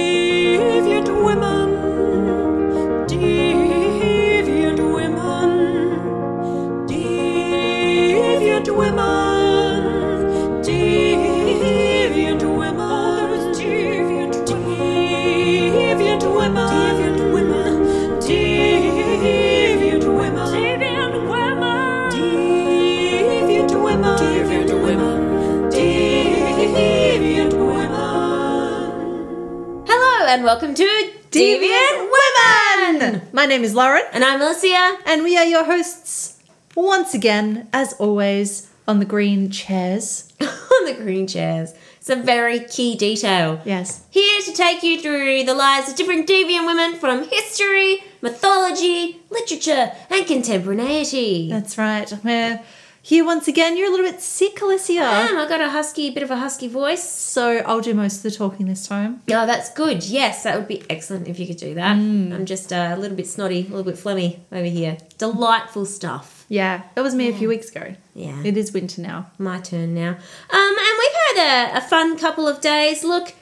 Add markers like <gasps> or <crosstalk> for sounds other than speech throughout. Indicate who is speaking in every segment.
Speaker 1: Deviant women, deviant women, deviant women, deviant women, oh, those deviant, deviant women, deviant women, deviant women, deviant women, deviant women, deviant women, deviant women.
Speaker 2: Hello and welcome to Deviant Women!
Speaker 3: My name is Lauren,
Speaker 2: And I'm Alicia. <laughs>
Speaker 3: and we are your hosts once again, as always, on the green chairs.
Speaker 2: On the green chairs. It's a very key detail.
Speaker 3: Yes.
Speaker 2: Here to take you through the lives of different deviant women from history, mythology, literature, and contemporaneity.
Speaker 3: That's right. We're here once again. You're a little bit sick, Alicia.
Speaker 2: <gasps> Um, I got a husky, bit of a husky voice.
Speaker 3: So I'll do most of the talking this time.
Speaker 2: Oh, that's good. Yes, that would be excellent if you could do that. I'm just uh, a little bit snotty, a little bit phlegmy over here. Delightful stuff.
Speaker 3: Yeah, that was me a few weeks ago.
Speaker 2: Yeah.
Speaker 3: It is winter now.
Speaker 2: my turn now. Um, and we've had a, a fun couple of days. Look,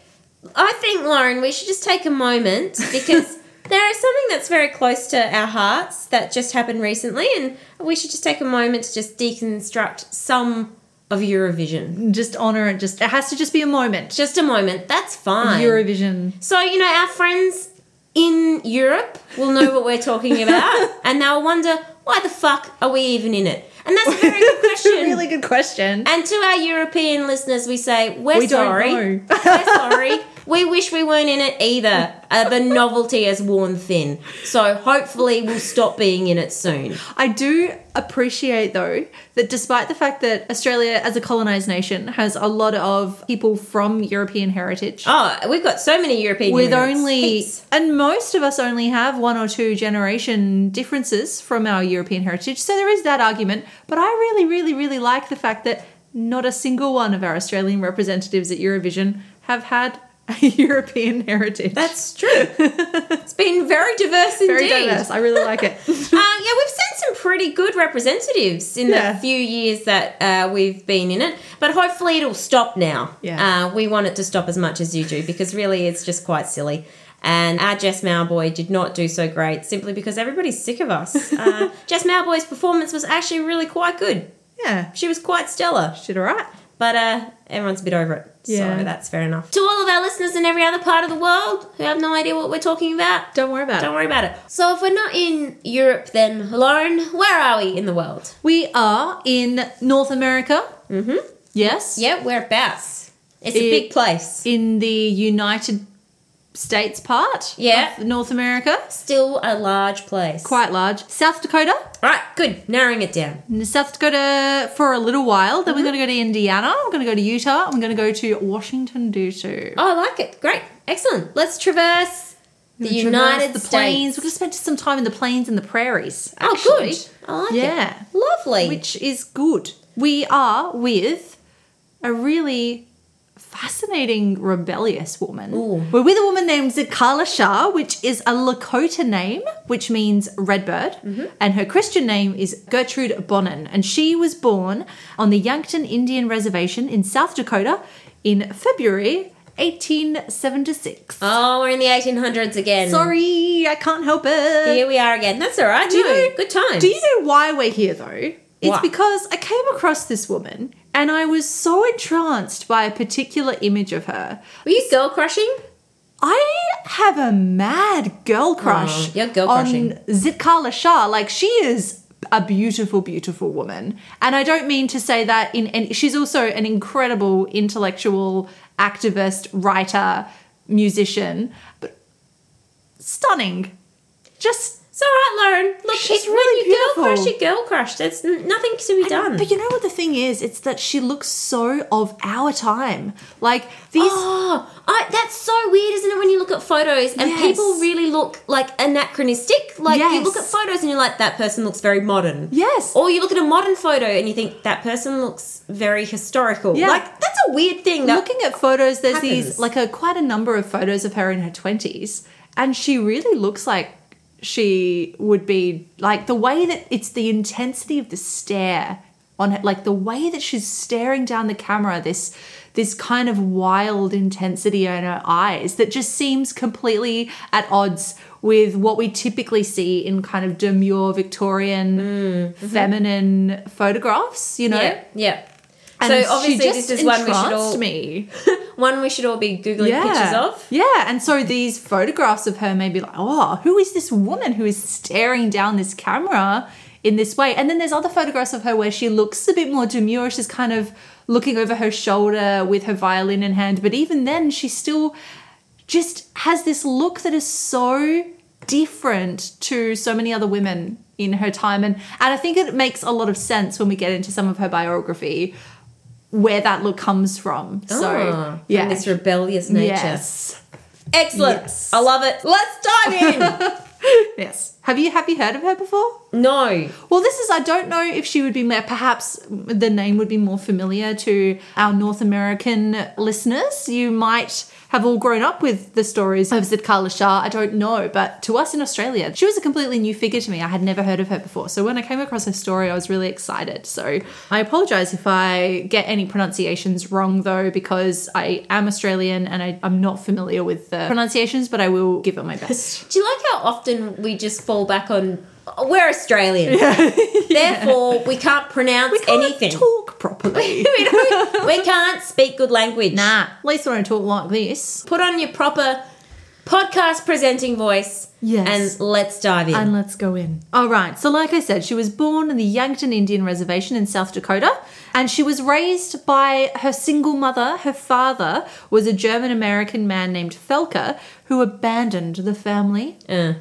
Speaker 2: I think, Lauren, we should just take a moment because there is something that's very close to our hearts that just happened recently, and we should just take a moment to just deconstruct some of Eurovision.
Speaker 3: Just honor it. Just it has to just be a moment.
Speaker 2: Just a moment. That's fine.
Speaker 3: Eurovision.
Speaker 2: So, you know, our friends in Europe will know what we're talking about, and they'll wonder, why the fuck are we even in it? And that's a very
Speaker 3: <laughs>
Speaker 2: good
Speaker 3: That's a
Speaker 2: question.
Speaker 3: really good question.
Speaker 2: And to our European listeners, we say we're
Speaker 3: We don't
Speaker 2: sorry.
Speaker 3: know.
Speaker 2: we're sorry. We wish we weren't in it either. Uh, the novelty has worn thin, so hopefully we'll stop being in it soon.
Speaker 3: I do appreciate though that despite the fact that Australia as a colonized nation has a lot of people from European heritage.
Speaker 2: Oh, we've got so many European.
Speaker 3: with
Speaker 2: immigrants.
Speaker 3: only
Speaker 2: Heaps.
Speaker 3: and most of us only have one or two generation differences from our european heritage so there is that argument but i really really really like the fact that not a single one of our australian representatives at eurovision have had a <laughs> european heritage <laughs>
Speaker 2: That's true. it's been very diverse indeed.
Speaker 3: very diverse i really like it <laughs>
Speaker 2: Uh, yeah, we've seen some pretty good representatives in the
Speaker 3: Yeah.
Speaker 2: few years that uh, we've been in it, but hopefully it'll stop now.
Speaker 3: Yeah.
Speaker 2: Uh, we want it to stop as much as you do because really it's just quite silly. And our Jess Malboy did not do so great simply because everybody's sick of
Speaker 3: <laughs>
Speaker 2: us. Uh, Jess Malboy's performance was actually really quite good.
Speaker 3: yeah
Speaker 2: She was quite stellar,
Speaker 3: shit all right
Speaker 2: but uh, everyone's a bit over it.
Speaker 3: Yeah.
Speaker 2: So that's fair enough. To all of our listeners in every other part of the world who have no idea what we're talking about,
Speaker 3: <laughs> don't worry about
Speaker 2: don't
Speaker 3: it
Speaker 2: worry about it. So if we're not in Europe, then Lauren, where are we in the world?
Speaker 3: we are in north america mm-hmm yes
Speaker 2: Yeah, whereabouts? It's a
Speaker 3: It-
Speaker 2: big place.
Speaker 3: in the united states part
Speaker 2: Yeah.
Speaker 3: of north america
Speaker 2: Still a large place.
Speaker 3: quite large south dakota
Speaker 2: All right, good. Narrowing it down.
Speaker 3: South Dakota for a little while. Then
Speaker 2: Mm-hmm.
Speaker 3: we're going to go to Indiana. I'm going to go to Utah. I'm going to go to Washington, D.C.
Speaker 2: Oh, I like it. Great. Excellent. Let's traverse the
Speaker 3: We're gonna traverse
Speaker 2: United
Speaker 3: the plains.
Speaker 2: States.
Speaker 3: We're going to spend some time in the plains and the prairies.
Speaker 2: Oh,
Speaker 3: Actually.
Speaker 2: good. I like
Speaker 3: Yeah.
Speaker 2: it. Lovely.
Speaker 3: Which is good. We are with a really fascinating rebellious woman.
Speaker 2: Ooh.
Speaker 3: We're with a woman named Zakala Shah, which is a Lakota name, which means red bird.
Speaker 2: Mm-hmm.
Speaker 3: And her Christian name is Gertrude Bonin. And she was born on the Yankton Indian Reservation in South Dakota in February 1876.
Speaker 2: oh, we're in the 1800s again.
Speaker 3: Sorry, I can't help it.
Speaker 2: Here we are again. That's all right.
Speaker 3: Do you
Speaker 2: no,
Speaker 3: know-
Speaker 2: good time.
Speaker 3: Do you know why we're here though? It's
Speaker 2: Why?
Speaker 3: because I came across this woman and I was so entranced by a particular image of her.
Speaker 2: Were you girl crushing?
Speaker 3: I have a mad girl crush
Speaker 2: Oh, you're girl
Speaker 3: on
Speaker 2: crushing.
Speaker 3: Zitkala Shah. Like she is a beautiful, beautiful woman. And I don't mean to say that in and she's also an incredible intellectual, activist, writer, musician, but stunning. Just
Speaker 2: It's all right, Lauren. Look,
Speaker 3: She's
Speaker 2: it's when
Speaker 3: really
Speaker 2: you girl crush, you
Speaker 3: beautiful.
Speaker 2: girl crush. There's n- nothing to be done.
Speaker 3: But you know what the thing is? It's that she looks so of our time. Like these.
Speaker 2: Oh, I, that's so weird, isn't it? When you look at photos and
Speaker 3: Yes.
Speaker 2: people really look like anachronistic. Like you
Speaker 3: Yes.
Speaker 2: look at photos and you're like, that person looks very modern.
Speaker 3: Yes.
Speaker 2: Or you look at a modern photo and you think that person looks very historical.
Speaker 3: Yeah.
Speaker 2: Like that's a weird thing. That,
Speaker 3: Looking at photos, there's
Speaker 2: happens.
Speaker 3: these like a quite a number of photos of her in her twenties, and she really looks like she would be like the way that it's the intensity of the stare on her, like the way that she's staring down the camera. This this kind of wild intensity in her eyes that just seems completely at odds with what we typically see in kind of demure Victorian feminine photographs, you know?
Speaker 2: Mm, mm-hmm. Yeah, yeah.
Speaker 3: And
Speaker 2: so
Speaker 3: she
Speaker 2: obviously
Speaker 3: just
Speaker 2: this is one we should
Speaker 3: entranced
Speaker 2: all
Speaker 3: me.
Speaker 2: one we should all be googling pictures of.
Speaker 3: Yeah, and so these photographs of her may be like, oh, who is this woman who is staring down this camera in this way? And then there's other photographs of her where she looks a bit more demure. She's kind of looking over her shoulder with her violin in hand, but even then, she still just has this look that is so different to so many other women in her time and and I think it makes a lot of sense when we get into some of her biography where that look comes from.
Speaker 2: Ah,
Speaker 3: So
Speaker 2: from
Speaker 3: yeah.
Speaker 2: this rebellious nature.
Speaker 3: Yes.
Speaker 2: Excellent.
Speaker 3: Yes.
Speaker 2: I love it. Let's <laughs>
Speaker 3: <laughs>
Speaker 2: dive
Speaker 3: Yes. Have you have you heard of her before?
Speaker 2: in. no.
Speaker 3: Well, this is I don't know if she would be ma- perhaps the name would be more familiar to our North American listeners. You might have all grown up with the stories of Zitkala Shah. I don't know, but to us in Australia, she was a completely new figure to me. I had never heard of her before. So when I came across her story, I was really excited. So I apologize if I get any pronunciations wrong though because I am Australian and I, I'm not familiar with the pronunciations, but I will give it my best.
Speaker 2: Do you like how often we just fall back on "Oh, we're Australian, therefore we can't pronounce
Speaker 3: We can't
Speaker 2: <laughs> anything.
Speaker 3: talk properly.
Speaker 2: <laughs> we, don't- we can't speak good language.
Speaker 3: Nah, at least when I talk like this.
Speaker 2: Put on your proper podcast presenting voice.
Speaker 3: Yes.
Speaker 2: And let's dive in.
Speaker 3: And let's go in. All right. So, like I said, she was born in the Yankton Indian Reservation in South Dakota, and she was raised by her single mother. Her father was a German American man named Felker who abandoned the family
Speaker 2: Uh,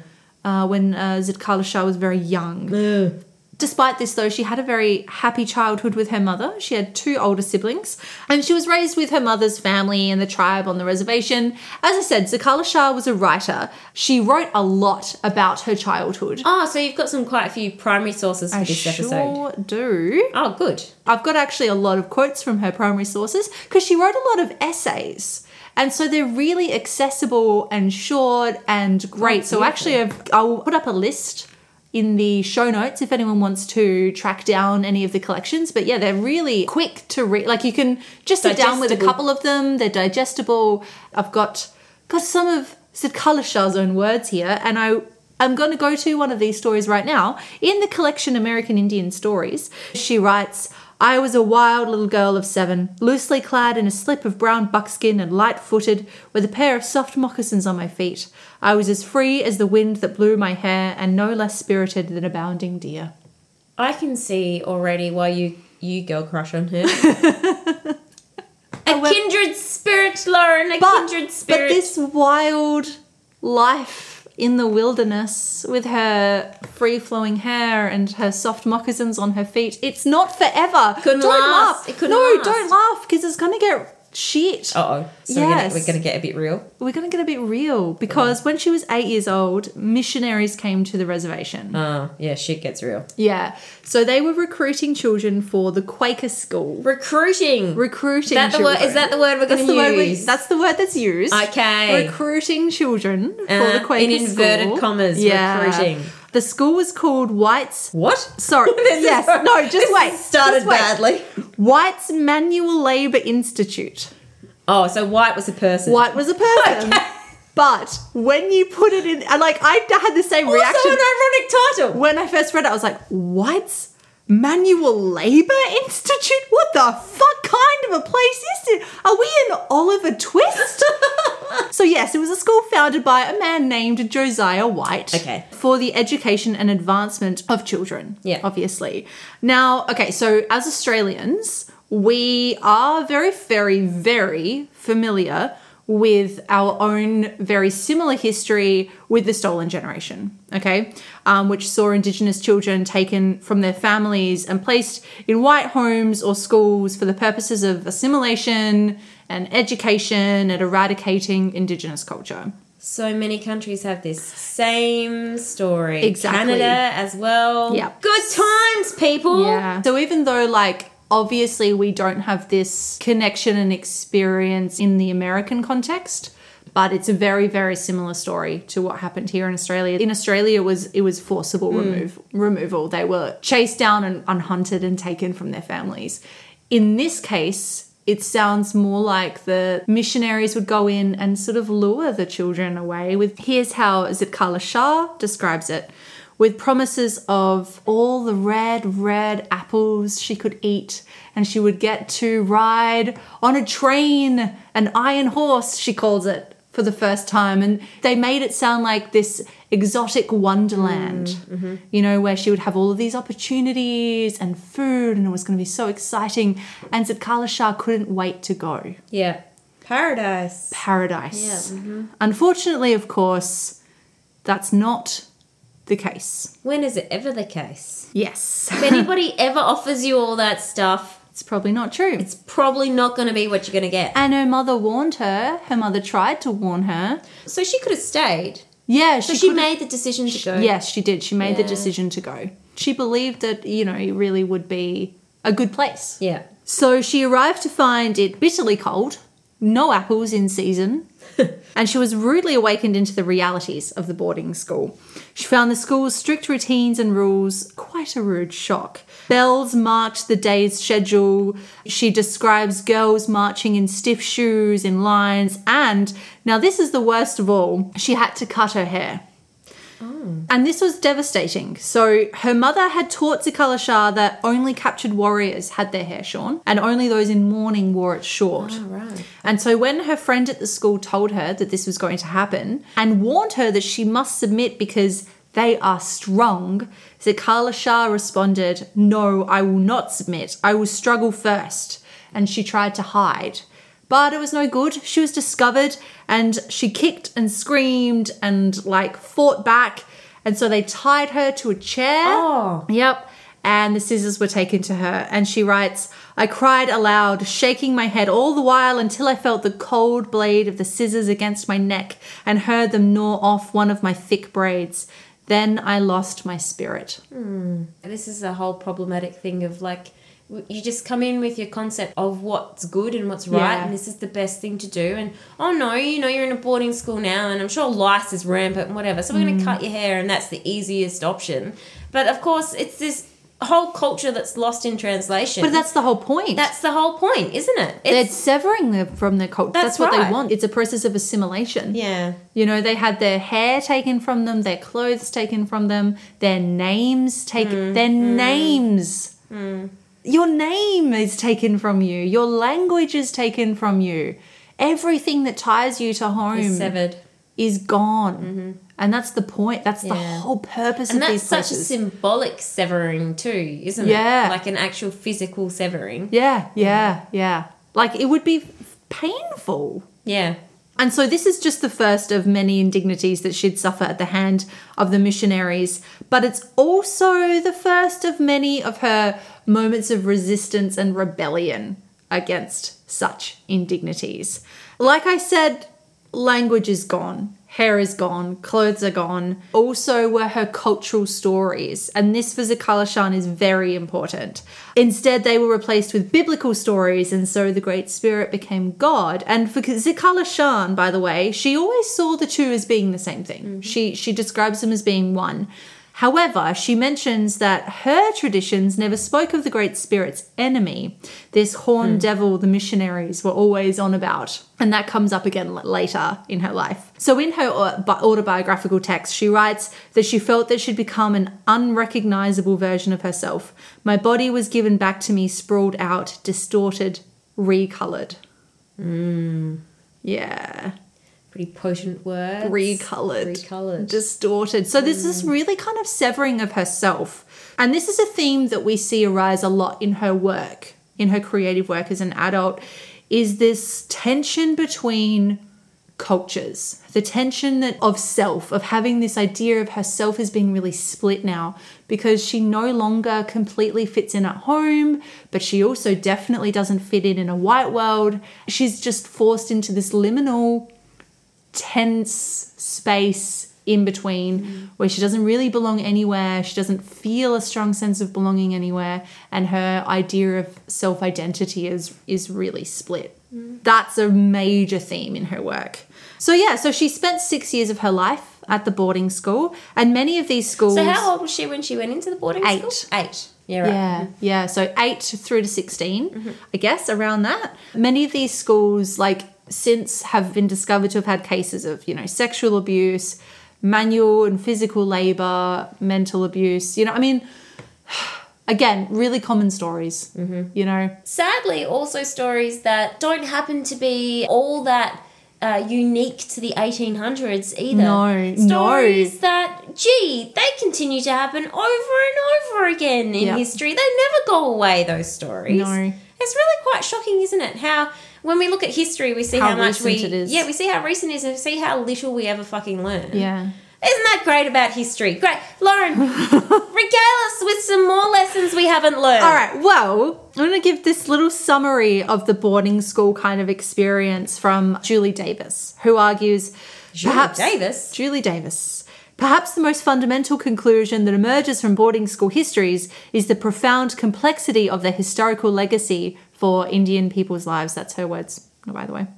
Speaker 3: uh, when uh, Zitkala Shah was very young. Despite this, though, she had a very happy childhood with her mother. She had two older siblings, and she was raised with her mother's family and the tribe on the reservation. As I said, Zakala Shah was a writer. She wrote a lot about her childhood.
Speaker 2: oh, so you've got some quite a few primary sources for
Speaker 3: I
Speaker 2: this
Speaker 3: sure
Speaker 2: episode.
Speaker 3: do.
Speaker 2: Oh, good.
Speaker 3: I've got actually a lot of quotes from her primary sources because she wrote a lot of essays. And so they're really accessible and short and great. so actually, I've, I'll put up a list in the show notes if anyone wants to track down any of the collections. But yeah, they're really quick to read. Like you can just sit down with a
Speaker 2: Digestible.
Speaker 3: couple of them. They're digestible. I've got got some of Sid Kalashah's own words here, and I am going to go to one of these stories right now in the collection American Indian Stories. She writes. I was a wild little girl of seven, loosely clad in a slip of brown buckskin and light footed, with a pair of soft moccasins on my feet. I was as free as the wind that blew my hair, and no less spirited than a bounding deer.
Speaker 2: I can see already why you you girl crush
Speaker 3: <laughs>
Speaker 2: on her. a
Speaker 3: However-
Speaker 2: kindred spirit, Lauren. A kindred spirit.
Speaker 3: Oh, But this wild life in the wilderness with her free flowing hair and her soft moccasins on her feet, it's not forever.
Speaker 2: Couldn't
Speaker 3: don't
Speaker 2: last.
Speaker 3: laugh.
Speaker 2: It couldn't
Speaker 3: no,
Speaker 2: last.
Speaker 3: don't laugh because it's going to get shit.
Speaker 2: Uh oh. So we're gonna-
Speaker 3: Yes.
Speaker 2: we're going to get a bit real.
Speaker 3: We're going to get a bit real because when she was eight years old, missionaries came to the reservation.
Speaker 2: Uh, yeah, shit gets real.
Speaker 3: Yeah. So they were recruiting children for the Quaker school.
Speaker 2: Recruiting.
Speaker 3: Recruiting
Speaker 2: That the word-
Speaker 3: children.
Speaker 2: is that the word we're
Speaker 3: That's
Speaker 2: gonna
Speaker 3: the word we-
Speaker 2: use?
Speaker 3: that's the word that's used.
Speaker 2: Okay.
Speaker 3: Recruiting children for
Speaker 2: Uh,
Speaker 3: the Quaker
Speaker 2: in inverted
Speaker 3: school.
Speaker 2: commas, recruiting.
Speaker 3: The school was called White's.
Speaker 2: what?
Speaker 3: Sorry.
Speaker 2: <laughs> This is-
Speaker 3: yes. no. Just
Speaker 2: this
Speaker 3: wait.
Speaker 2: Started
Speaker 3: Just wait.
Speaker 2: badly.
Speaker 3: White's Manual Labour Institute.
Speaker 2: Oh, so White was a person.
Speaker 3: White was a
Speaker 2: <laughs>
Speaker 3: person. But when you put it in, and like I had the same
Speaker 2: Also
Speaker 3: reaction
Speaker 2: an ironic title.
Speaker 3: when I first read it. I was like, "White's Manual Labour Institute? What the fuck kind of a place is it? Are we in Oliver Twist?" so yes, it was a school founded by a man named Josiah White.
Speaker 2: Okay.
Speaker 3: For the education and advancement of children.
Speaker 2: Yeah.
Speaker 3: Obviously. Now, okay, so as Australians, we are very, very, very familiar with our own very similar history with the stolen generation, okay, um, which saw Indigenous children taken from their families and placed in white homes or schools for the purposes of assimilation and education and eradicating Indigenous culture.
Speaker 2: So many countries have this same story.
Speaker 3: Exactly.
Speaker 2: Canada as well.
Speaker 3: Yep.
Speaker 2: Good times, people.
Speaker 3: So even though like obviously we don't have this connection and experience in the American context, but it's a very very similar story to what happened here in Australia. In Australia it was it was forcible remove, removal. They were chased down and, and hunted and taken from their families. In this case, it sounds more like the missionaries would go in and sort of lure the children away with here's how Zipkala Shah describes it with promises of all the red red apples she could eat and she would get to ride on a train an iron horse she calls it for the first time and they made it sound like this exotic wonderland you know where she would have all of these opportunities and food and it was going to be so exciting and Zitkala Shah couldn't wait to go
Speaker 2: Yeah. Paradise.
Speaker 3: paradise
Speaker 2: Yeah,
Speaker 3: unfortunately of course that's not the case
Speaker 2: When is it ever the case?
Speaker 3: yes
Speaker 2: If <laughs> anybody ever offers you all that stuff,
Speaker 3: it's probably not true
Speaker 2: it's probably not going to be what you're going to get.
Speaker 3: and her mother warned her her mother tried to warn her
Speaker 2: So she could have stayed.
Speaker 3: yeah
Speaker 2: So she
Speaker 3: could've-
Speaker 2: made the decision to go.
Speaker 3: Yes, she did. She made the
Speaker 2: Yeah.
Speaker 3: decision to go. She believed that, you know, it really would be a good place.
Speaker 2: Yeah.
Speaker 3: So she arrived to find it bitterly cold, no apples in season, <laughs> and she was rudely awakened into the realities of the boarding school. She found the school's strict routines and rules quite a rude shock. Bells marked the day's schedule. She describes girls marching in stiff shoes, in lines, and now this is the worst of all she had to cut her hair. And this was devastating. So her mother had taught Zikala Shah that only captured warriors had their hair shorn, and only those in mourning wore it short.
Speaker 2: right.
Speaker 3: And so when her friend at the school told her that this was going to happen and warned her that she must submit because they are strong, Zikala Shah responded, No, I will not submit. I will struggle first. And she tried to hide. But it was no good. She was discovered and she kicked and screamed and like fought back. And so they tied her to a chair.
Speaker 2: Oh.
Speaker 3: Yep. And the scissors were taken to her. And she writes, I cried aloud, shaking my head all the while until I felt the cold blade of the scissors against my neck and heard them gnaw off one of my thick braids. Then I lost my spirit.
Speaker 2: This is the whole problematic thing of like, w- you just come in with your concept of what's good and what's right,
Speaker 3: Yeah.
Speaker 2: and this is the best thing to do. And oh no, you know, you're in a boarding school now, and I'm sure lice is rampant and whatever. So we're
Speaker 3: Mm.
Speaker 2: going to cut your hair, and that's the easiest option. But of course, it's this whole culture that's lost in translation.
Speaker 3: But that's the whole point.
Speaker 2: that's the whole point, isn't it?
Speaker 3: They're
Speaker 2: It's,
Speaker 3: severing them from their culture. That's,
Speaker 2: That's
Speaker 3: what they
Speaker 2: right.
Speaker 3: want. It's a process of assimilation.
Speaker 2: yeah.
Speaker 3: You know, they had their hair taken from them, their clothes taken from them, their names taken,
Speaker 2: Mm,
Speaker 3: their names. Your name is taken from you, your language is taken from you. Everything that ties you to home
Speaker 2: It's
Speaker 3: is,
Speaker 2: severed.
Speaker 3: gone. And that's the point. That's the
Speaker 2: Mm-hmm. Yeah.
Speaker 3: whole purpose
Speaker 2: And
Speaker 3: of
Speaker 2: that's
Speaker 3: these
Speaker 2: such a
Speaker 3: places.
Speaker 2: symbolic severing too, isn't it?
Speaker 3: Yeah.
Speaker 2: Like an actual physical severing.
Speaker 3: yeah, yeah, yeah. Like it would be f- painful.
Speaker 2: Yeah.
Speaker 3: And so this is just the first of many indignities that she'd suffer at the hand of the missionaries, but it's also the first of many of her moments of resistance and rebellion against such indignities. Like I said, language is gone. Hair is gone, clothes are gone. Also, were her cultural stories, and this for Zakala Shan is very important. Instead, they were replaced with biblical stories, and so the Great Spirit became God. And for Zakala Shan, by the way, she always saw the two as being the same thing. She she describes them as being one. However, she mentions that her traditions never spoke of the Great Spirit's enemy, this horned devil the missionaries were always on about. And that comes up again l- later in her life. So, in her au- bi- autobiographical text, she writes that she felt that she'd become an unrecognizable version of herself. My body was given back to me, sprawled out, distorted, recolored. Mm. Yeah
Speaker 2: Pretty potent words.
Speaker 3: recolored,
Speaker 2: Recolored.
Speaker 3: distorted. So this is really kind of severing of herself, and this is a theme that we see arise a lot in her work, in her creative work as an adult, is this tension between cultures, the tension that of self, of having this idea of herself as being really split now because she no longer completely fits in at home, but she also definitely doesn't fit in in a white world. She's just forced into this liminal tense space in between where she doesn't really belong anywhere, she doesn't feel a strong sense of belonging anywhere, and her idea of self identity is is really split. That's a major theme in her work. So yeah, so she spent six years of her life at the boarding school, and many of these schools
Speaker 2: So how old was she when she went into the boarding
Speaker 3: Eight.
Speaker 2: school? Eight. Yeah, right.
Speaker 3: Yeah, yeah. So eight through to 16, I guess, around that. Many of these schools, like, since have been discovered to have had cases of, you know, sexual abuse, manual and physical labor, mental abuse. You know, I mean, <sighs> again, really common stories, you know?
Speaker 2: Sadly, also stories that don't happen to be all that uh, unique to the 1800s either.
Speaker 3: No, no.
Speaker 2: stories that gee, they continue to happen over and over again in
Speaker 3: Yeah.
Speaker 2: history. They never go away. Those stories.
Speaker 3: No.
Speaker 2: It's really quite shocking, isn't it? How when we look at history, we see how,
Speaker 3: How
Speaker 2: much we
Speaker 3: recent it is.
Speaker 2: yeah we see how recent it is and see how little we ever fucking learn.
Speaker 3: Yeah.
Speaker 2: Isn't that great about history? Great,
Speaker 3: <laughs>
Speaker 2: Lauren, regale us with some more lessons we haven't learned.
Speaker 3: All right. Well, I'm going to give this little summary of the boarding school kind of experience from Julie Davis, who argues
Speaker 2: Julie
Speaker 3: perhaps
Speaker 2: Davis?
Speaker 3: Julie Davis. Perhaps the most fundamental conclusion that emerges from boarding school histories is the profound complexity of their historical legacy for Indian people's lives. That's her words, oh, by the way.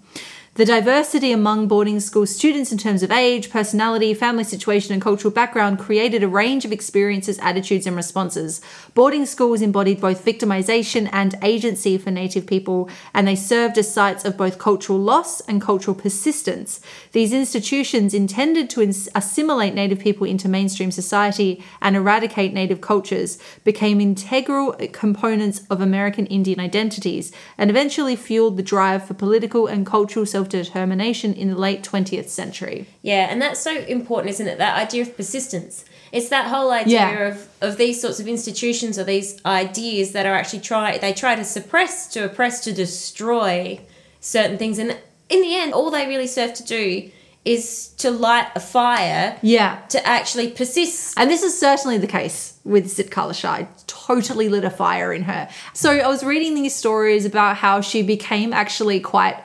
Speaker 3: The diversity among boarding school students in terms of age, personality, family situation, and cultural background created a range of experiences, attitudes, and responses. Boarding schools embodied both victimization and agency for Native people, and they served as sites of both cultural loss and cultural persistence. These institutions intended to ins- assimilate Native people into mainstream society and eradicate Native cultures became integral components of American Indian identities and eventually fueled the drive for political and cultural self determination in the late 20th century.
Speaker 2: Yeah, and that's so important, isn't it? That idea of persistence. It's that whole idea
Speaker 3: Yeah.
Speaker 2: of, of these sorts of institutions or these ideas that are actually try they try to suppress, to oppress, to destroy certain things, and in the end, all they really serve to do is to light a fire
Speaker 3: Yeah.
Speaker 2: to actually persist.
Speaker 3: And this is certainly the case with Sitkala Shah. It totally lit a fire in her. So I was reading these stories about how she became actually quite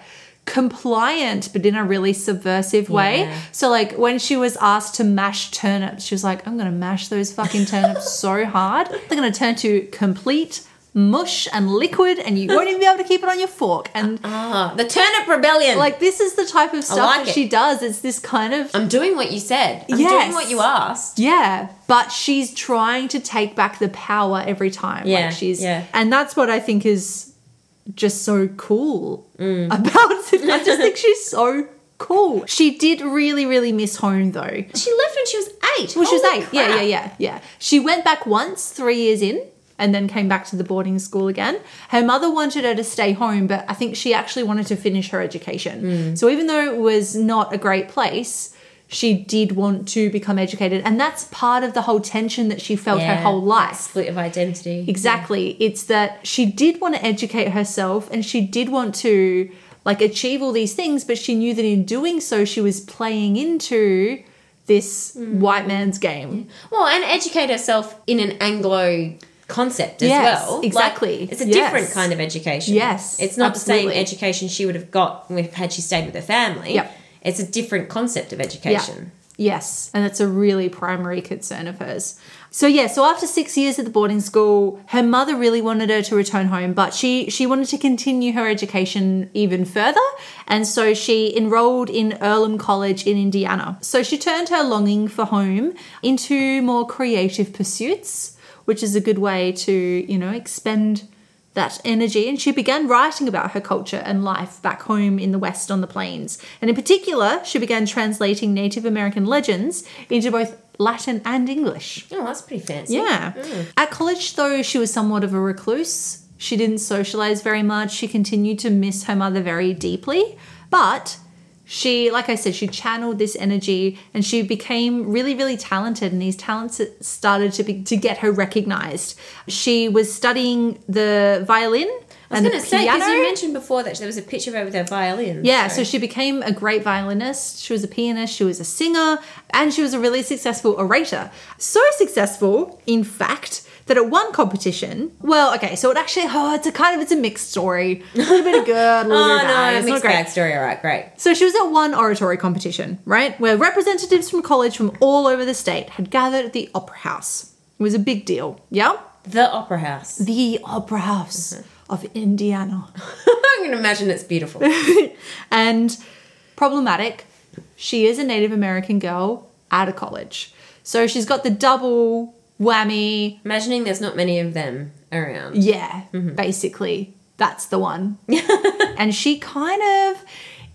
Speaker 3: compliant, but in a really subversive way.
Speaker 2: Yeah.
Speaker 3: So like when she was asked to mash turnips, she was like, I'm gonna mash those fucking
Speaker 2: <laughs>
Speaker 3: turnips so hard. They're gonna turn to complete mush and liquid and you won't even be able to keep it on your fork. And
Speaker 2: Ah, the turnip rebellion.
Speaker 3: like this is the type of stuff
Speaker 2: like
Speaker 3: that
Speaker 2: it.
Speaker 3: she does. It's this kind of
Speaker 2: I'm doing what you said. I'm doing
Speaker 3: Yes.
Speaker 2: what you asked.
Speaker 3: yeah, but she's trying to take back the power every time.
Speaker 2: Yeah,
Speaker 3: like she's,
Speaker 2: yeah.
Speaker 3: and that's what I think is just so cool
Speaker 2: Mm.
Speaker 3: about it. I just think she's so cool. She did really, really miss home though.
Speaker 2: She left when she was eight.
Speaker 3: Well, she was
Speaker 2: Holy
Speaker 3: eight. Yeah, yeah,
Speaker 2: Oh, crap.
Speaker 3: yeah, yeah. She went back once, three years in, and then came back to the boarding school again. Her mother wanted her to stay home, but I think she actually wanted to finish her education.
Speaker 2: Hmm.
Speaker 3: So even though it was not a great place, she did want to become educated. And that's part of the whole tension that she felt
Speaker 2: Yeah.
Speaker 3: her whole life.
Speaker 2: Split of identity.
Speaker 3: Exactly. It's that she did want to educate herself and she did want to like achieve all these things, but she knew that in doing so, she was playing into this
Speaker 2: Hmm.
Speaker 3: white man's game.
Speaker 2: Well, and educate herself in an Anglo concept as
Speaker 3: Yes,
Speaker 2: well. Like,
Speaker 3: exactly.
Speaker 2: it's a
Speaker 3: Yes.
Speaker 2: different kind of education.
Speaker 3: Yes,
Speaker 2: It's not the
Speaker 3: absolutely.
Speaker 2: same education she would have got with- had she stayed with her family.
Speaker 3: Yep.
Speaker 2: It's a different concept of education.
Speaker 3: Yes, and that's a really primary concern of hers. So yeah, so after 6 years at the boarding school, her mother really wanted her to return home, but she she wanted to continue her education even further, and so she enrolled in Earlham College in Indiana. So she turned her longing for home into more creative pursuits, which is a good way to, you know, expend that energy and she began writing about her culture and life back home in the west on the plains and in particular she began translating native american legends into both latin and english
Speaker 2: Oh, that's pretty fancy.
Speaker 3: yeah
Speaker 2: Mm.
Speaker 3: at college though she was somewhat of a recluse she didn't socialize very much she continued to miss her mother very deeply but she like i said she channeled this energy and she became really really talented and these talents started to be to get her recognized she was studying the violin
Speaker 2: I was
Speaker 3: and
Speaker 2: going to
Speaker 3: the
Speaker 2: say, because
Speaker 3: piano.
Speaker 2: you mentioned before that there was a picture of her with her violin.
Speaker 3: Yeah, so she became a great violinist. She was a pianist, she was a singer, and she was a really successful orator. So successful, in fact, that at one competition, well, okay, so it actually, oh, it's a kind of, it's a mixed story. A little bit of good, a <laughs> little
Speaker 2: Oh,
Speaker 3: bit of bad.
Speaker 2: no,
Speaker 3: It's not
Speaker 2: mixed
Speaker 3: great.
Speaker 2: bag story. All right, great.
Speaker 3: So she was at one oratory competition, right? Where representatives from college from all over the state had gathered at the Opera House. It was a big deal, yeah?
Speaker 2: The Opera House. <laughs>
Speaker 3: The Opera House of Indiana.
Speaker 2: I'm going to imagine
Speaker 3: <laughs>
Speaker 2: it's beautiful.
Speaker 3: and problematic. She is a Native American girl out of college. So she's got the double Whammy.
Speaker 2: Imagining there's not many of them around.
Speaker 3: Yeah, basically, that's the one. and she kind of,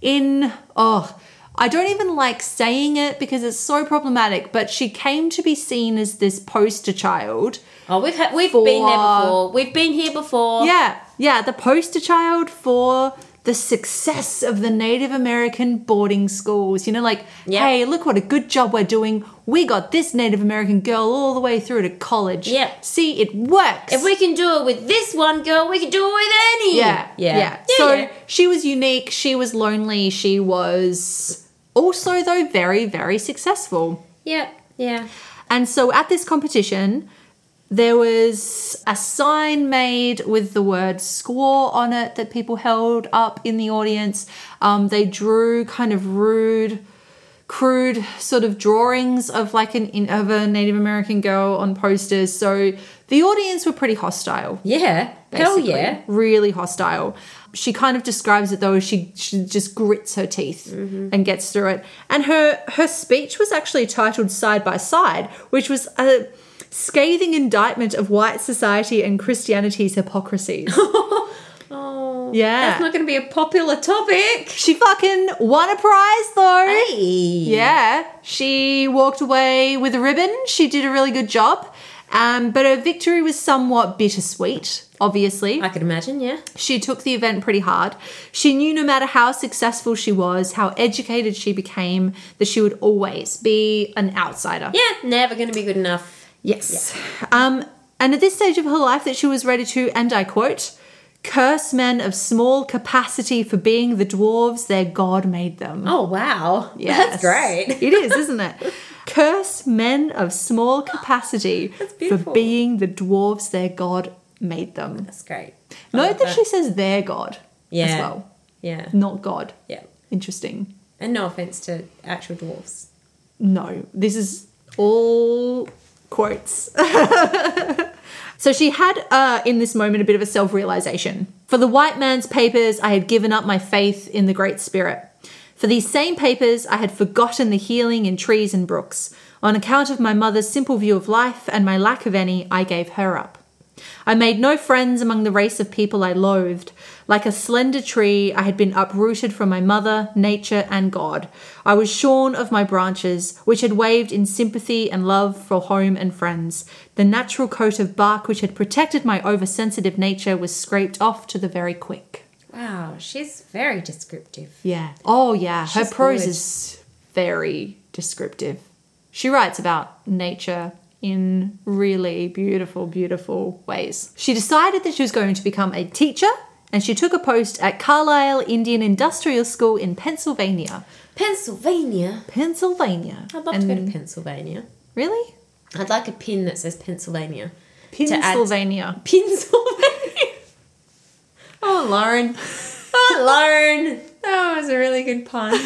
Speaker 3: in, oh, I don't even like saying it because it's so problematic, but she came to be seen as this poster child.
Speaker 2: Oh, we've ha- we've been there before. We've been here before.
Speaker 3: Yeah, yeah, the poster child for the success of the Native American boarding schools. You know, like,
Speaker 2: Yeah.
Speaker 3: hey, look what a good job we're doing. We got this Native American girl all the way through to college.
Speaker 2: Yeah.
Speaker 3: See, it works.
Speaker 2: If we can do it with this one girl, we can do it with any.
Speaker 3: Yeah.
Speaker 2: Yeah.
Speaker 3: so
Speaker 2: yeah.
Speaker 3: she was unique. She was lonely. She was also, though, very, very successful.
Speaker 2: Yeah. Yeah.
Speaker 3: And so at this competition, there was a sign made with the word squaw on it that people held up in the audience. Um, they drew kind of rude, crude sort of drawings of like an in- of a Native American girl on posters. So the audience were pretty hostile
Speaker 2: Yeah. Hell
Speaker 3: basically.
Speaker 2: yeah.
Speaker 3: really hostile. She kind of describes it though as she she just grits her teeth
Speaker 2: Mm-hmm.
Speaker 3: and gets through it. And her her speech was actually titled "Side by Side," which was a scathing indictment of white society and Christianity's hypocrisies.
Speaker 2: <laughs> Oh.
Speaker 3: Yeah.
Speaker 2: That's not going to be a popular topic.
Speaker 3: she fucking won a prize though.
Speaker 2: Yeah.
Speaker 3: Yeah, she walked away with a ribbon. She did a really good job. Um, but her victory was somewhat bittersweet, obviously.
Speaker 2: I could imagine, yeah.
Speaker 3: She took the event pretty hard. She knew no matter how successful she was, how educated she became, that she would always be an outsider.
Speaker 2: Yeah, never going to be good enough.
Speaker 3: Yes. Um, and at this stage of her life, that she was ready to, and I quote, curse men of small capacity for being the dwarves their God made them.
Speaker 2: Oh, wow.
Speaker 3: Yes.
Speaker 2: That's great.
Speaker 3: it is, isn't
Speaker 2: <laughs>
Speaker 3: it? Curse men of small capacity for
Speaker 2: beautiful.
Speaker 3: being the dwarves their God made them.
Speaker 2: That's great. I
Speaker 3: Note
Speaker 2: love
Speaker 3: that, she says their God as
Speaker 2: Yeah.
Speaker 3: well,
Speaker 2: Yeah.
Speaker 3: not God.
Speaker 2: Yeah.
Speaker 3: Interesting.
Speaker 2: And no offense to actual dwarfs.
Speaker 3: No, this is all quotes. <laughs> so she had, uh, in this moment, a bit of a self realization. For the white man's papers, I had given up my faith in the Great Spirit. For these same papers, I had forgotten the healing in trees and brooks. On account of my mother's simple view of life and my lack of any, I gave her up. I made no friends among the race of people I loathed. Like a slender tree, I had been uprooted from my mother, nature, and God. I was shorn of my branches, which had waved in sympathy and love for home and friends. The natural coat of bark which had protected my oversensitive nature was scraped off to the very quick.
Speaker 2: Wow, she's very descriptive.
Speaker 3: Yeah. Oh, yeah.
Speaker 2: She's
Speaker 3: Her prose
Speaker 2: good.
Speaker 3: is very descriptive. She writes about nature in really beautiful, beautiful ways. She decided that she was going to become a teacher and she took a post at Carlisle Indian Industrial School in Pennsylvania.
Speaker 2: Pennsylvania.
Speaker 3: Pennsylvania.
Speaker 2: I'd love
Speaker 3: And-
Speaker 2: to go to Pennsylvania.
Speaker 3: Really?
Speaker 2: I'd like a pin that says Pennsylvania. To add-
Speaker 3: Pennsylvania.
Speaker 2: Pennsylvania. <laughs> oh,
Speaker 3: <laughs>
Speaker 2: Lauren. Oh, Lauren. That was a really
Speaker 3: <laughs>
Speaker 2: good pun.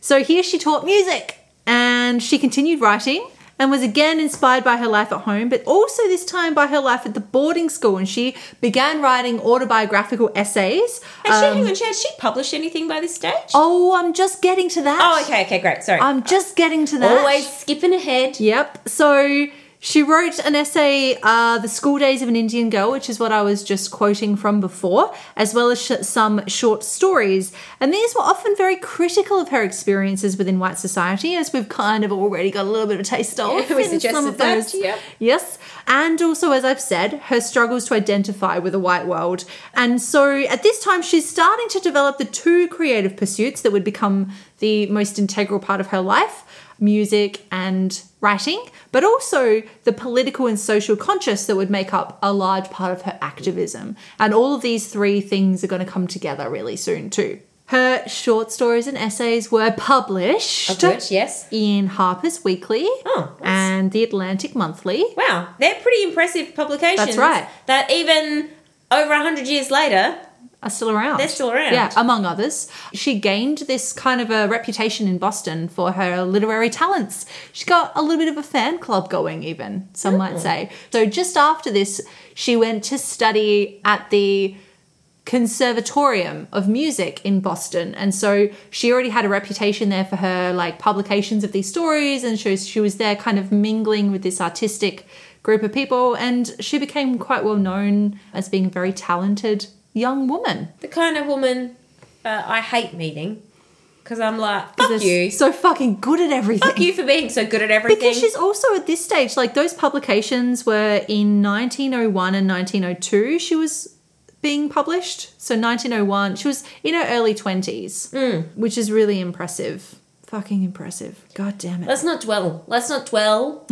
Speaker 3: So here she taught music and she continued writing and was again inspired by her life at home, but also this time by her life at the boarding school. And she began writing autobiographical essays.
Speaker 2: Has
Speaker 3: Um,
Speaker 2: she, hang on, she, has she published anything by this stage?
Speaker 3: oh, I'm just getting to that.
Speaker 2: Oh, okay, okay, great. Sorry.
Speaker 3: I'm just getting to that.
Speaker 2: Always skipping ahead.
Speaker 3: Yep. So she wrote an essay, uh, The School Days of an Indian Girl, which is what I was just quoting from before, as well as sh- some short stories. And these were often very critical of her experiences within white society, as we've kind of already got a little bit of a taste of.
Speaker 2: Yeah, we
Speaker 3: in
Speaker 2: suggested
Speaker 3: some of
Speaker 2: that,
Speaker 3: those.
Speaker 2: yep.
Speaker 3: Yes. And also, as I've said, her struggles to identify with the white world. And so at this time, she's starting to develop the two creative pursuits that would become the most integral part of her life music and writing, but also the political and social conscience that would make up a large part of her activism. And all of these three things are going to come together really soon, too. Her short stories and essays were published
Speaker 2: Of which, yes.
Speaker 3: in Harper's Weekly
Speaker 2: Oh, nice.
Speaker 3: and the Atlantic Monthly.
Speaker 2: Wow, they're pretty impressive publications.
Speaker 3: That's right.
Speaker 2: That even over 100 years later,
Speaker 3: Are still around.
Speaker 2: They're still around.
Speaker 3: Yeah, among others. She gained this kind of a reputation in Boston for her literary talents. She got a little bit of a fan club going, even, some might say. So just after this, she went to study at the Conservatorium of Music in Boston. And so she already had a reputation there for her like publications of these stories and she was, she was there kind of mingling with this artistic group of people and she became quite well known as being a very talented young woman.
Speaker 2: The kind of woman uh, I hate meeting because I'm like, fuck
Speaker 3: They're
Speaker 2: you.
Speaker 3: So fucking good at everything.
Speaker 2: Fuck you for being so good at everything.
Speaker 3: Because she's also at this stage, like those publications were in 1901 and 1902. She was being published. So 1901, she was in her early 20s,
Speaker 2: Mm.
Speaker 3: which is really impressive. Fucking impressive. God damn it.
Speaker 2: Let's not dwell. Let's not
Speaker 3: <laughs>
Speaker 2: dwell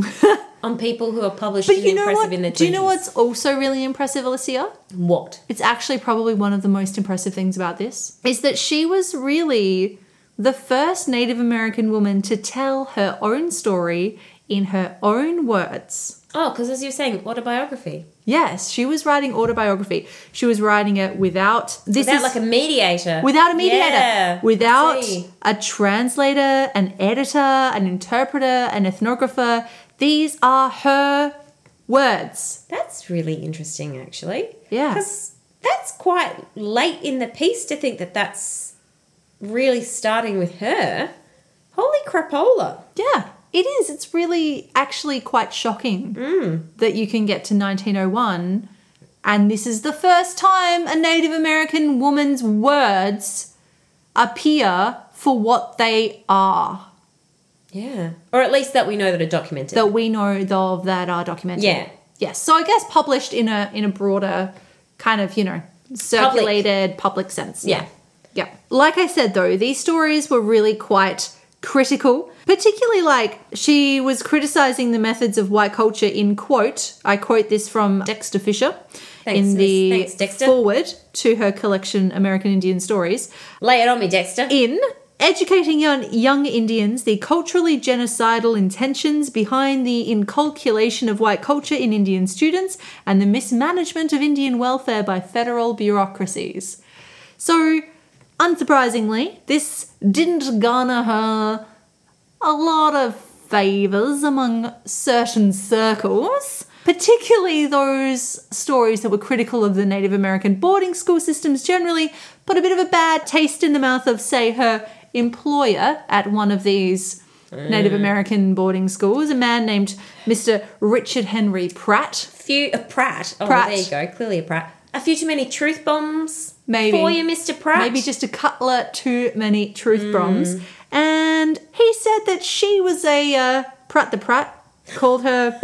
Speaker 2: on people who are published
Speaker 3: But
Speaker 2: and
Speaker 3: you know
Speaker 2: impressive
Speaker 3: what?
Speaker 2: in their
Speaker 3: Do you know
Speaker 2: 20s.
Speaker 3: what's also really impressive, Alicia?
Speaker 2: What?
Speaker 3: It's actually probably one of the most impressive things about this is that she was really the first Native American woman to tell her own story in her own words.
Speaker 2: Oh, because as you're saying, autobiography.
Speaker 3: Yes, she was writing autobiography. She was writing it without this
Speaker 2: Without
Speaker 3: is
Speaker 2: like a mediator.
Speaker 3: without a mediator,
Speaker 2: Yeah.
Speaker 3: without
Speaker 2: See.
Speaker 3: a translator, an editor, an interpreter, an ethnographer. These are her words.
Speaker 2: That's really interesting, actually.
Speaker 3: Yeah.
Speaker 2: Because that's quite late in the piece to think that that's really starting with her. Holy crapola.
Speaker 3: Yeah, it is. It's really actually quite shocking
Speaker 2: Mm.
Speaker 3: that you can get to 1901 and this is the first time a Native American woman's words appear for what they are.
Speaker 2: Yeah. Or at least that we know that are documented.
Speaker 3: that we know of that are documented.
Speaker 2: Yeah.
Speaker 3: Yes. So I guess published in a in a broader kind of, you know, circulated public, sense.
Speaker 2: yeah.
Speaker 3: Yeah. Like I said though, these stories were really quite critical. Particularly like she was criticizing the methods of white culture in quote, I quote this from Dexter Fisher
Speaker 2: Thanks,
Speaker 3: in
Speaker 2: miss.
Speaker 3: the
Speaker 2: Thanks, Dexter.
Speaker 3: forward to her collection American Indian Stories
Speaker 2: Lay it on me, Dexter.
Speaker 3: in educating young, young Indians the culturally genocidal intentions behind the inculculation of white culture in Indian students and the mismanagement of Indian welfare by federal bureaucracies. So, unsurprisingly, this didn't garner her a lot of favours among certain circles, particularly those stories that were critical of the Native American boarding school systems generally, put a bit of a bad taste in the mouth of, say, her employer at one of these.
Speaker 2: Eh.
Speaker 3: Native American boarding schools, a man named Mr. Richard Henry Pratt.
Speaker 2: few a Pratt. Oh,
Speaker 3: Pratt.
Speaker 2: there you go. Clearly a Pratt. A few too many truth bombs.
Speaker 3: Maybe.
Speaker 2: for you, Mr. Pratt. Hmm.
Speaker 3: Maybe just a cutlet too many truth bombs. And he said that she was a uh, Pratt the Pratt, called
Speaker 2: <laughs>
Speaker 3: her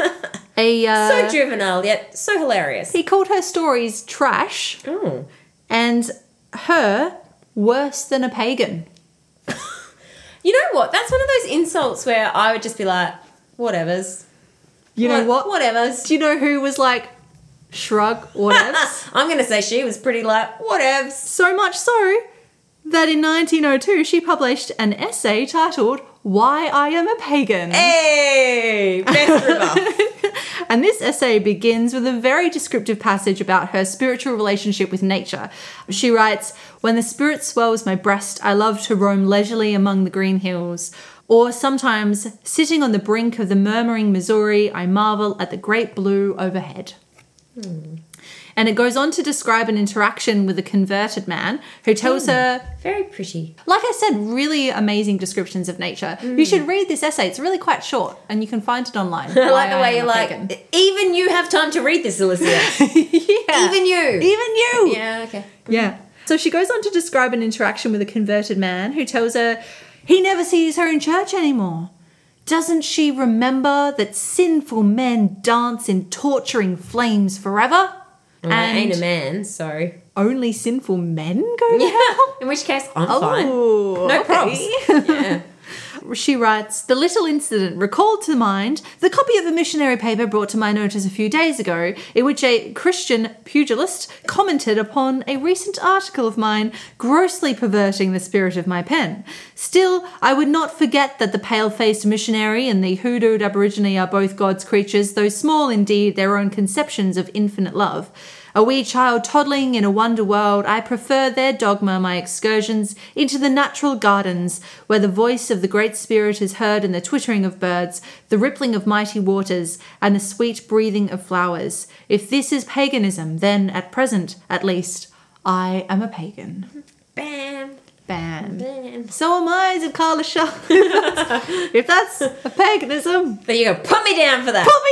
Speaker 3: a. Uh,
Speaker 2: so juvenile yet so hilarious.
Speaker 3: he called her stories trash
Speaker 2: Oh.
Speaker 3: and her worse than a pagan.
Speaker 2: You know what? That's one of those insults where I would just be like, whatever's.
Speaker 3: You know what?
Speaker 2: Whatever's.
Speaker 3: Do you know who was like, shrug,
Speaker 2: <laughs>
Speaker 3: whatevs?
Speaker 2: I'm going to say she was pretty like, whatevs.
Speaker 3: so much so that in 1902 she published an essay titled Why I Am a Pagan.
Speaker 2: Hey!
Speaker 3: <laughs>
Speaker 2: Best river.
Speaker 3: and this essay begins with a very descriptive passage about her spiritual relationship with nature. She writes, When the spirit swells my breast, I love to roam leisurely among the green hills. Or sometimes, sitting on the brink of the murmuring Missouri, I marvel at the great blue overhead. And it goes on to describe an interaction with a converted man who tells her
Speaker 2: Very pretty.
Speaker 3: like I said, really amazing descriptions of nature. You should read this essay. It's really quite short and you can find it online.
Speaker 2: Mm. <laughs> I like the way you're like, <laughs> even you have time to read this,
Speaker 3: <laughs>
Speaker 2: Alicia.
Speaker 3: yeah.
Speaker 2: even you.
Speaker 3: Even you.
Speaker 2: Yeah, okay.
Speaker 3: Yeah. So she goes on to describe an interaction with a converted man who tells her he never sees her in church anymore. Doesn't she remember that sinful men dance in torturing flames forever?
Speaker 2: Well, I ain't a
Speaker 3: <laughs>
Speaker 2: man, so. <laughs>
Speaker 3: only sinful men go to
Speaker 2: Yeah.
Speaker 3: hell?
Speaker 2: In which case, I'm <laughs> fine.
Speaker 3: Oh, <laughs>
Speaker 2: No props. Yeah.
Speaker 3: She writes, The little incident recalled to mind the copy of a missionary paper brought to my notice a few days ago, in which a Christian pugilist commented upon a recent article of mine, grossly perverting the spirit of my pen. Still, I would not forget that the pale faced missionary and the hoodooed aborigine are both God's creatures, though small indeed their own conceptions of infinite love. A wee child toddling in a wonder world, I prefer their dogma, my excursions into the natural gardens, where the voice of the Great Spirit is heard in the twittering of birds, the rippling of mighty waters, and the sweet breathing of flowers. If this is paganism, then, at present, at least, I am a pagan.
Speaker 2: Bam,
Speaker 3: Bam.
Speaker 2: bam.
Speaker 3: So am I, said Carla Shaw. <laughs> if that's a paganism,
Speaker 2: But you go, put me down for that.
Speaker 3: put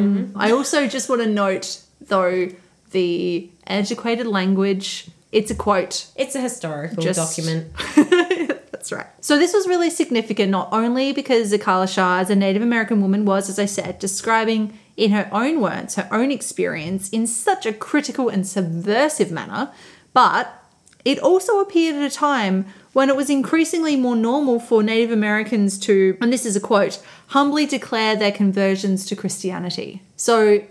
Speaker 3: me down. I also just want to note, though, the antiquated language. It's a quote
Speaker 2: It's a historical
Speaker 3: Just-
Speaker 2: document.
Speaker 3: <laughs> That's right. So this was really significant not only because Zakala Shah, as a Native American woman, was, as I said, describing in her own words her own experience in such a critical and subversive manner, but it also appeared at a time when it was increasingly more normal for Native Americans to, and this is a quote, humbly declare their conversions to Christianity. So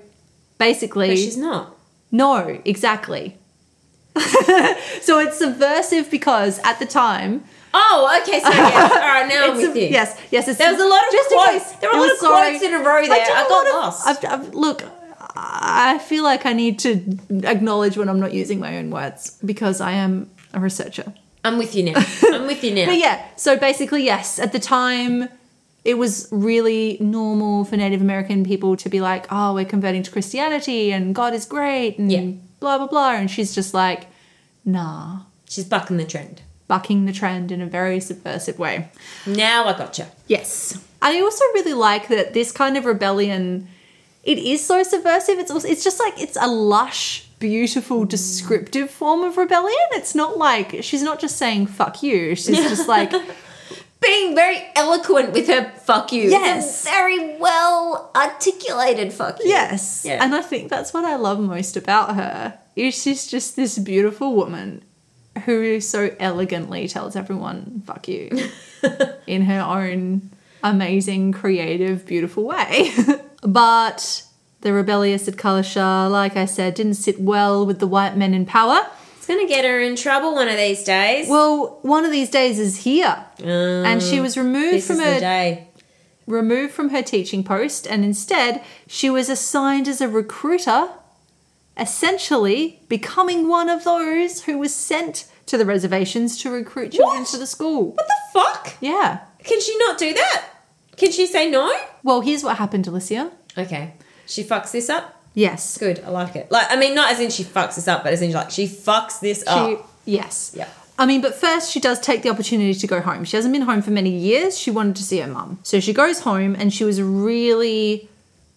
Speaker 3: basically,
Speaker 2: But she's not.
Speaker 3: no, exactly. <laughs> so it's subversive because at the time,
Speaker 2: Oh, okay. So <laughs> yes. All right, now I'm
Speaker 3: it's
Speaker 2: with
Speaker 3: a-
Speaker 2: you.
Speaker 3: Yes, yes. It's
Speaker 2: There was a lot of
Speaker 3: in
Speaker 2: quotes. There were a lot
Speaker 3: I'm
Speaker 2: of quotes in a row there.
Speaker 3: did
Speaker 2: I
Speaker 3: a
Speaker 2: got
Speaker 3: lot of-
Speaker 2: lost.
Speaker 3: I've, I've, look, I feel like I need to acknowledge when I'm not using my own words because I am a researcher.
Speaker 2: I'm with you <laughs> now. I'm with you now.
Speaker 3: But yeah, so basically, yes, at the time, it was really normal for Native American people to be like, oh, we're converting to Christianity and God is great and
Speaker 2: Yeah.
Speaker 3: blah, blah, blah. And she's just like, nah,
Speaker 2: She's bucking the trend.
Speaker 3: bucking the trend in a very subversive way.
Speaker 2: Now I gotcha.
Speaker 3: Yes. I also really like that this kind of rebellion it is so subversive. It's also it's just like it's a lush, beautiful, descriptive form of rebellion. It's not like she's not just saying fuck you. She's just like
Speaker 2: Being very eloquent with her fuck you.
Speaker 3: Yes.
Speaker 2: very well articulated fuck you.
Speaker 3: yes.
Speaker 2: Yeah.
Speaker 3: And I think that's what I love most about her. Is she's just this beautiful woman who so elegantly tells everyone fuck
Speaker 2: <laughs>
Speaker 3: you in her own amazing, creative, beautiful way. <laughs> but the rebellious at Kalashar, like I said, didn't sit well with the white men in power.
Speaker 2: It's going to get her in trouble one of these days.
Speaker 3: Well, one of these days is here.
Speaker 2: Um,
Speaker 3: And she was removed
Speaker 2: this
Speaker 3: from
Speaker 2: is the
Speaker 3: her
Speaker 2: day.
Speaker 3: removed from her teaching post and instead she was assigned as a recruiter, essentially becoming one of those who was sent to the reservations to recruit children
Speaker 2: What?
Speaker 3: to the school.
Speaker 2: What the fuck?
Speaker 3: Yeah.
Speaker 2: Can she not do that? Can she say no?
Speaker 3: Well, here's what happened, Alicia.
Speaker 2: Okay. She fucks this up. It's
Speaker 3: Yes.
Speaker 2: good. I like it. Like, I mean, not as in she fucks this up, but as in like she fucks this
Speaker 3: She,
Speaker 2: up.
Speaker 3: yes.
Speaker 2: Ah. Yeah.
Speaker 3: I mean, but first she does take the opportunity to go home. She hasn't been home for many years. She wanted to see her mum. So she goes home and she was really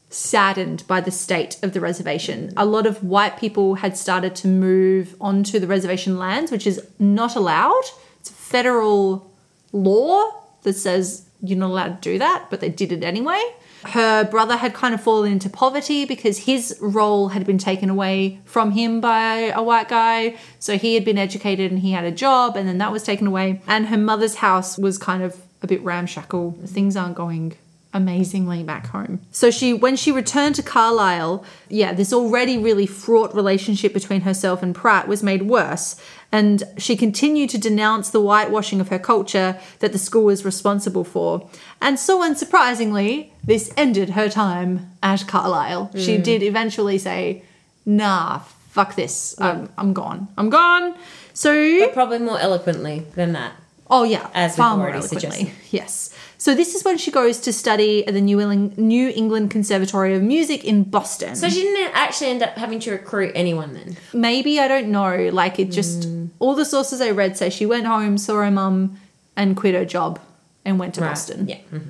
Speaker 3: saddened by the state of the reservation. A lot of white people had started to move onto the reservation lands, which is not allowed. It's a federal law that says you're not allowed to do that, but they did it anyway. Her brother had kind of fallen into poverty because his role had been taken away from him by a white guy. So he had been educated and he had a job, and then that was taken away. And her mother's house was kind of a bit ramshackle. Things aren't going amazingly back home. So she when she returned to Carlisle, yeah, this already really fraught relationship between herself and Pratt was made worse. And she continued to denounce the whitewashing of her culture that the school was responsible for. And so unsurprisingly, this ended her time at Carlisle. She did eventually say, nah, fuck this. I'm, I'm gone. I'm gone. So,
Speaker 2: But probably more eloquently than that.
Speaker 3: oh yeah,
Speaker 2: As we've
Speaker 3: far more
Speaker 2: already
Speaker 3: eloquently. <laughs>
Speaker 2: suggested.
Speaker 3: Yes. So this is when she goes to study at the New England, New England Conservatory of Music in Boston.
Speaker 2: So she didn't actually end up having to recruit anyone then.
Speaker 3: maybe I don't know. Like it just
Speaker 2: Hmm.
Speaker 3: all the sources I read say she went home, saw her mum, and quit her job and went to
Speaker 2: Right.
Speaker 3: Boston.
Speaker 2: Yeah. Mhm.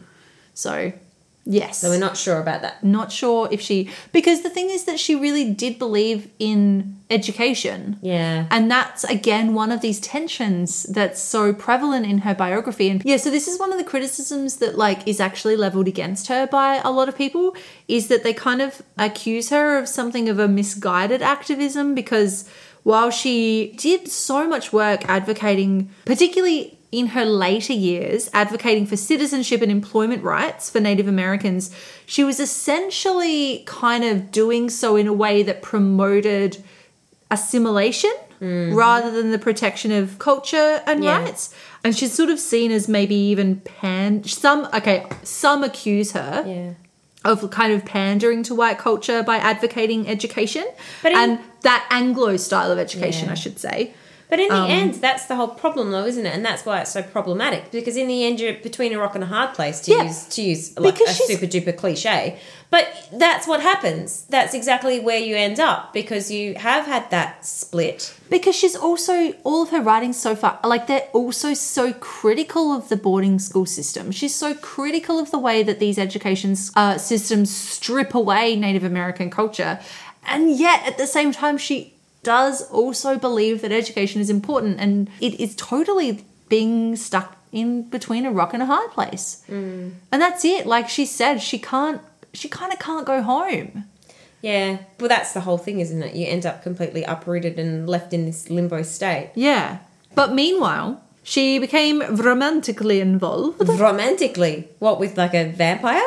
Speaker 3: So yes.
Speaker 2: So we're not sure about that.
Speaker 3: not sure if she because the thing is that she really did believe in education.
Speaker 2: Yeah.
Speaker 3: And that's again one of these tensions that's so prevalent in her biography. And yeah, so this is one of the criticisms that like is actually leveled against her by a lot of people is that they kind of accuse her of something of a misguided activism because while she did so much work advocating, particularly in her later years, advocating for citizenship and employment rights for Native Americans, she was essentially kind of doing so in a way that promoted assimilation rather than the protection of culture and
Speaker 2: Mm-hmm. Yeah.
Speaker 3: rights. And she's sort of seen as maybe even pan. Some okay, some accuse her
Speaker 2: Yeah.
Speaker 3: of kind of pandering to white culture by advocating education,
Speaker 2: But in-
Speaker 3: and that Anglo style of education,
Speaker 2: Yeah.
Speaker 3: I should say.
Speaker 2: But in the
Speaker 3: Um,
Speaker 2: end, that's the whole problem, though, isn't it? And that's why it's so problematic because in the end, you're between a rock and a hard place to
Speaker 3: Yeah.
Speaker 2: use to use like
Speaker 3: Because
Speaker 2: a
Speaker 3: she's-
Speaker 2: super duper cliche. But that's what happens. That's exactly where you end up because you have had that split.
Speaker 3: Because she's also all of her writings so far, like they're also so critical of the boarding school system. She's so critical of the way that these education uh, systems strip away Native American culture, and yet at the same time she does also believe that education is important, and it is totally being stuck in between a rock and a hard place. And that's it. Like she said, she can't. She kind of can't go home.
Speaker 2: Yeah. Well, that's the whole thing, isn't it? You end up completely uprooted and left in this limbo state.
Speaker 3: Yeah. But meanwhile, she became romantically involved.
Speaker 2: Romantically, what with like a vampire?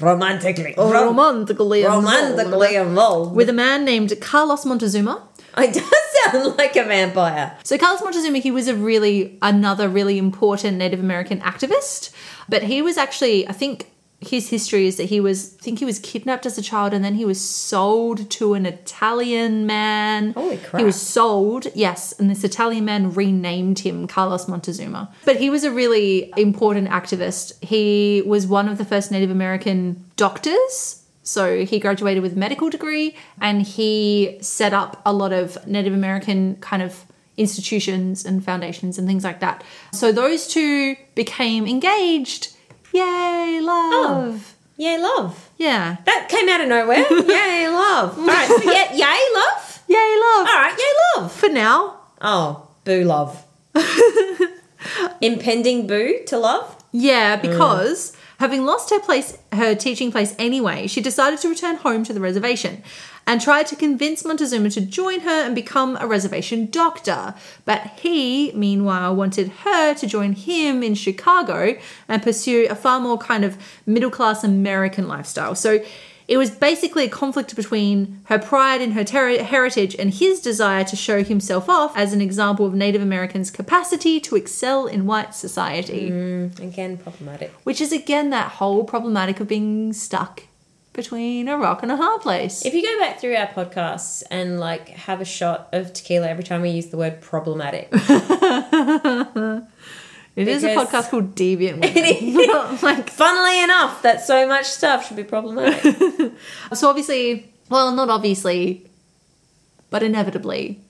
Speaker 2: Romantically, Rom-
Speaker 3: romantically involved.
Speaker 2: romantically involved.
Speaker 3: With a man named Carlos Montezuma.
Speaker 2: it does <laughs> sound like a vampire.
Speaker 3: So Carlos Montezuma, he was a really another really important Native American activist, but he was actually, I think his history is that he was I think he was kidnapped as a child and then he was sold to an Italian man.
Speaker 2: Holy crap.
Speaker 3: He was sold, yes, and this Italian man renamed him Carlos Montezuma. But he was a really important activist. He was one of the first Native American doctors. So he graduated with a medical degree and he set up a lot of Native American kind of institutions and foundations and things like that. So those two became engaged. Yay, love.
Speaker 2: Yay, love.
Speaker 3: Yeah.
Speaker 2: That came out
Speaker 3: <laughs>
Speaker 2: of nowhere. yay, love. All right, so yeah, yay, love.
Speaker 3: Yay, love.
Speaker 2: All right, yay, love.
Speaker 3: For now.
Speaker 2: Oh,
Speaker 3: <laughs>
Speaker 2: boo, love. Impending boo to love.
Speaker 3: Yeah, because having lost her place, her teaching place anyway, she decided to return home to the reservation and tried to convince Montezuma to join her and become a reservation doctor. But he, meanwhile, wanted her to join him in Chicago and pursue a far more kind of middle class American lifestyle. So it was basically a conflict between her pride in her ter- heritage and his desire to show himself off as an example of Native Americans' capacity to excel in white society
Speaker 2: Again, problematic.
Speaker 3: which is again that whole problematic of being stuck between a rock and a hard place.
Speaker 2: If you go back through our podcasts and like have a shot of tequila every time we use the word <laughs> problematic,
Speaker 3: it is a
Speaker 2: because-
Speaker 3: podcast called
Speaker 2: <laughs>
Speaker 3: Deviant Women. like,
Speaker 2: funnily enough, that so much stuff should be problematic. <laughs>
Speaker 3: so obviously, well, not obviously, but inevitably,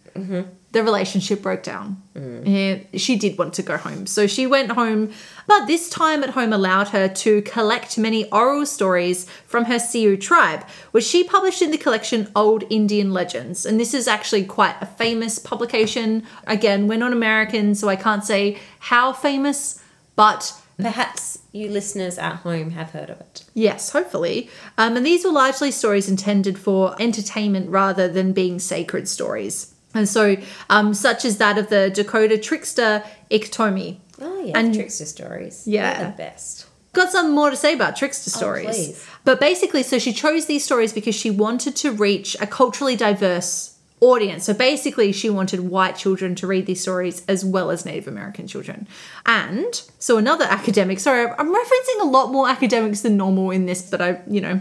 Speaker 3: the relationship broke down. Yeah, she did want to go home, so she went home. But this time at home allowed her to collect many oral stories from her Sioux tribe, which she published in the collection Old Indian Legends. And this is actually quite a famous publication. Again, we're not American, so I can't say how famous, but
Speaker 2: Perhaps you listeners at home have heard of it.
Speaker 3: Yes, hopefully. Um, and these were largely stories intended for entertainment rather than being sacred stories. And so, um, such as that of the Dakota trickster Iktomi.
Speaker 2: Oh yeah,
Speaker 3: And-
Speaker 2: trickster stories.
Speaker 3: Yeah.
Speaker 2: They're the best.
Speaker 3: Got something more to say about trickster stories.
Speaker 2: please.
Speaker 3: But basically, so she chose these stories because she wanted to reach a culturally diverse audience. So basically, she wanted white children to read these stories as well as Native American children. And so another academic, sorry, I'm referencing a lot more academics than normal in this, but I, you know,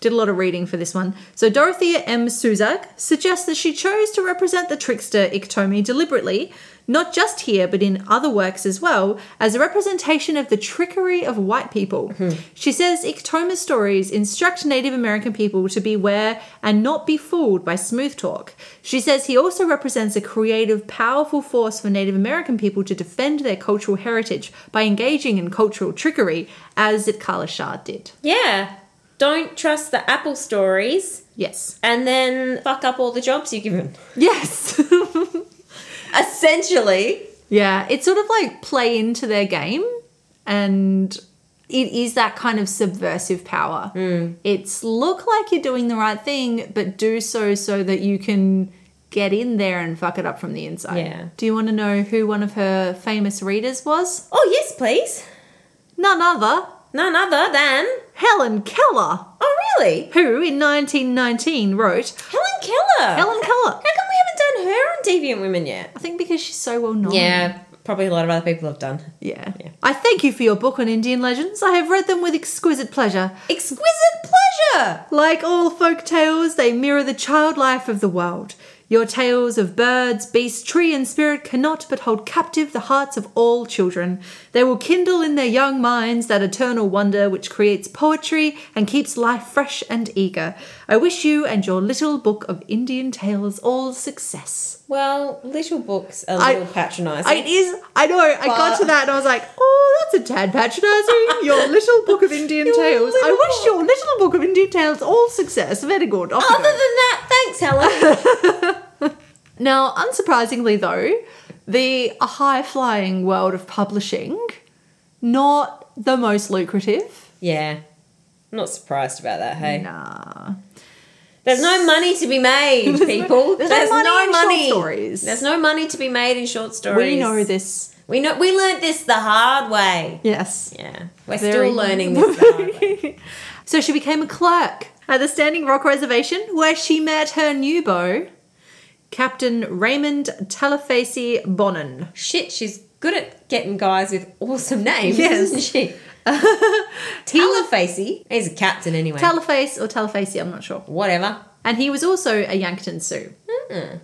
Speaker 3: did a lot of reading for this one. So Dorothea M. Suzak suggests that she chose to represent the trickster Iktomi deliberately, not just here but in other works as well, as a representation of the trickery of white people. She says Iktomi's stories instruct Native American people to beware and not be fooled by smooth talk. She says he also represents a creative, powerful force for Native American people to defend their cultural heritage by engaging in cultural trickery, as it Kala Shah did.
Speaker 2: Yeah. Don't trust the Apple stories
Speaker 3: Yes.
Speaker 2: and then fuck up all the jobs you're given.
Speaker 3: Yes.
Speaker 2: <laughs>
Speaker 3: <laughs>
Speaker 2: Essentially.
Speaker 3: yeah, it's sort of like play into their game and it is that kind of subversive power.
Speaker 2: Mm.
Speaker 3: It's look like you're doing the right thing, but do so so that you can get in there and fuck it up from the inside.
Speaker 2: Yeah.
Speaker 3: Do you want to know who one of her famous readers was?
Speaker 2: Oh, yes, please.
Speaker 3: None other,
Speaker 2: None other than.
Speaker 3: Helen Keller,
Speaker 2: Oh, really?
Speaker 3: who in 1919 wrote
Speaker 2: Helen Keller.
Speaker 3: Helen Keller.
Speaker 2: How come we haven't done her on Deviant Women yet?
Speaker 3: I think because she's so well known.
Speaker 2: Yeah,
Speaker 3: Um,
Speaker 2: probably a lot of other people have done.
Speaker 3: Yeah.
Speaker 2: Yeah.
Speaker 3: I thank you for your book on Indian legends. I have read them with exquisite pleasure.
Speaker 2: Exquisite pleasure!
Speaker 3: Like all folk tales, they mirror the child life of the world. Your tales of birds, beast, tree, and spirit cannot but hold captive the hearts of all children. They will kindle in their young minds that eternal wonder which creates poetry and keeps life fresh and eager. I wish you and your little book of Indian tales all success.
Speaker 2: Well, little books are a
Speaker 3: I-
Speaker 2: little patronising.
Speaker 3: It is, I know, I got to
Speaker 2: But-
Speaker 3: that and I was like, oh, that's a tad
Speaker 2: <laughs>
Speaker 3: patronising. Your little book of Indian
Speaker 2: Your
Speaker 3: tales. I
Speaker 2: little
Speaker 3: wish
Speaker 2: book.
Speaker 3: your little book of Indian tales all success. Very good. Off you
Speaker 2: Other
Speaker 3: go.
Speaker 2: than that, thanks, Helen.
Speaker 3: Now, unsurprisingly, though, the high flying world of publishing, not the most lucrative.
Speaker 2: <laughs> yeah. Not surprised about that, hey?
Speaker 3: Nah.
Speaker 2: There's no money to be made,
Speaker 3: <laughs>
Speaker 2: people.
Speaker 3: there's no money in short stories.
Speaker 2: There's no money to be made in short stories.
Speaker 3: We know this.
Speaker 2: We know we learnt this the hard way.
Speaker 3: Yes.
Speaker 2: Yeah. We're
Speaker 3: Very-
Speaker 2: still learning this
Speaker 3: <laughs>
Speaker 2: the hard way.
Speaker 3: So she became a clerk at the Standing Rock Reservation, where she met her new beau, Captain Raymond Telefacy Bonin.
Speaker 2: Shit, she's good at getting guys with awesome names,
Speaker 3: Yes. <laughs>
Speaker 2: isn't she? Talafacy. He's a captain anyway.
Speaker 3: Teleface or Telefacy, I'm not sure.
Speaker 2: Whatever.
Speaker 3: and he was also a Yankton Sioux.
Speaker 2: Hmm.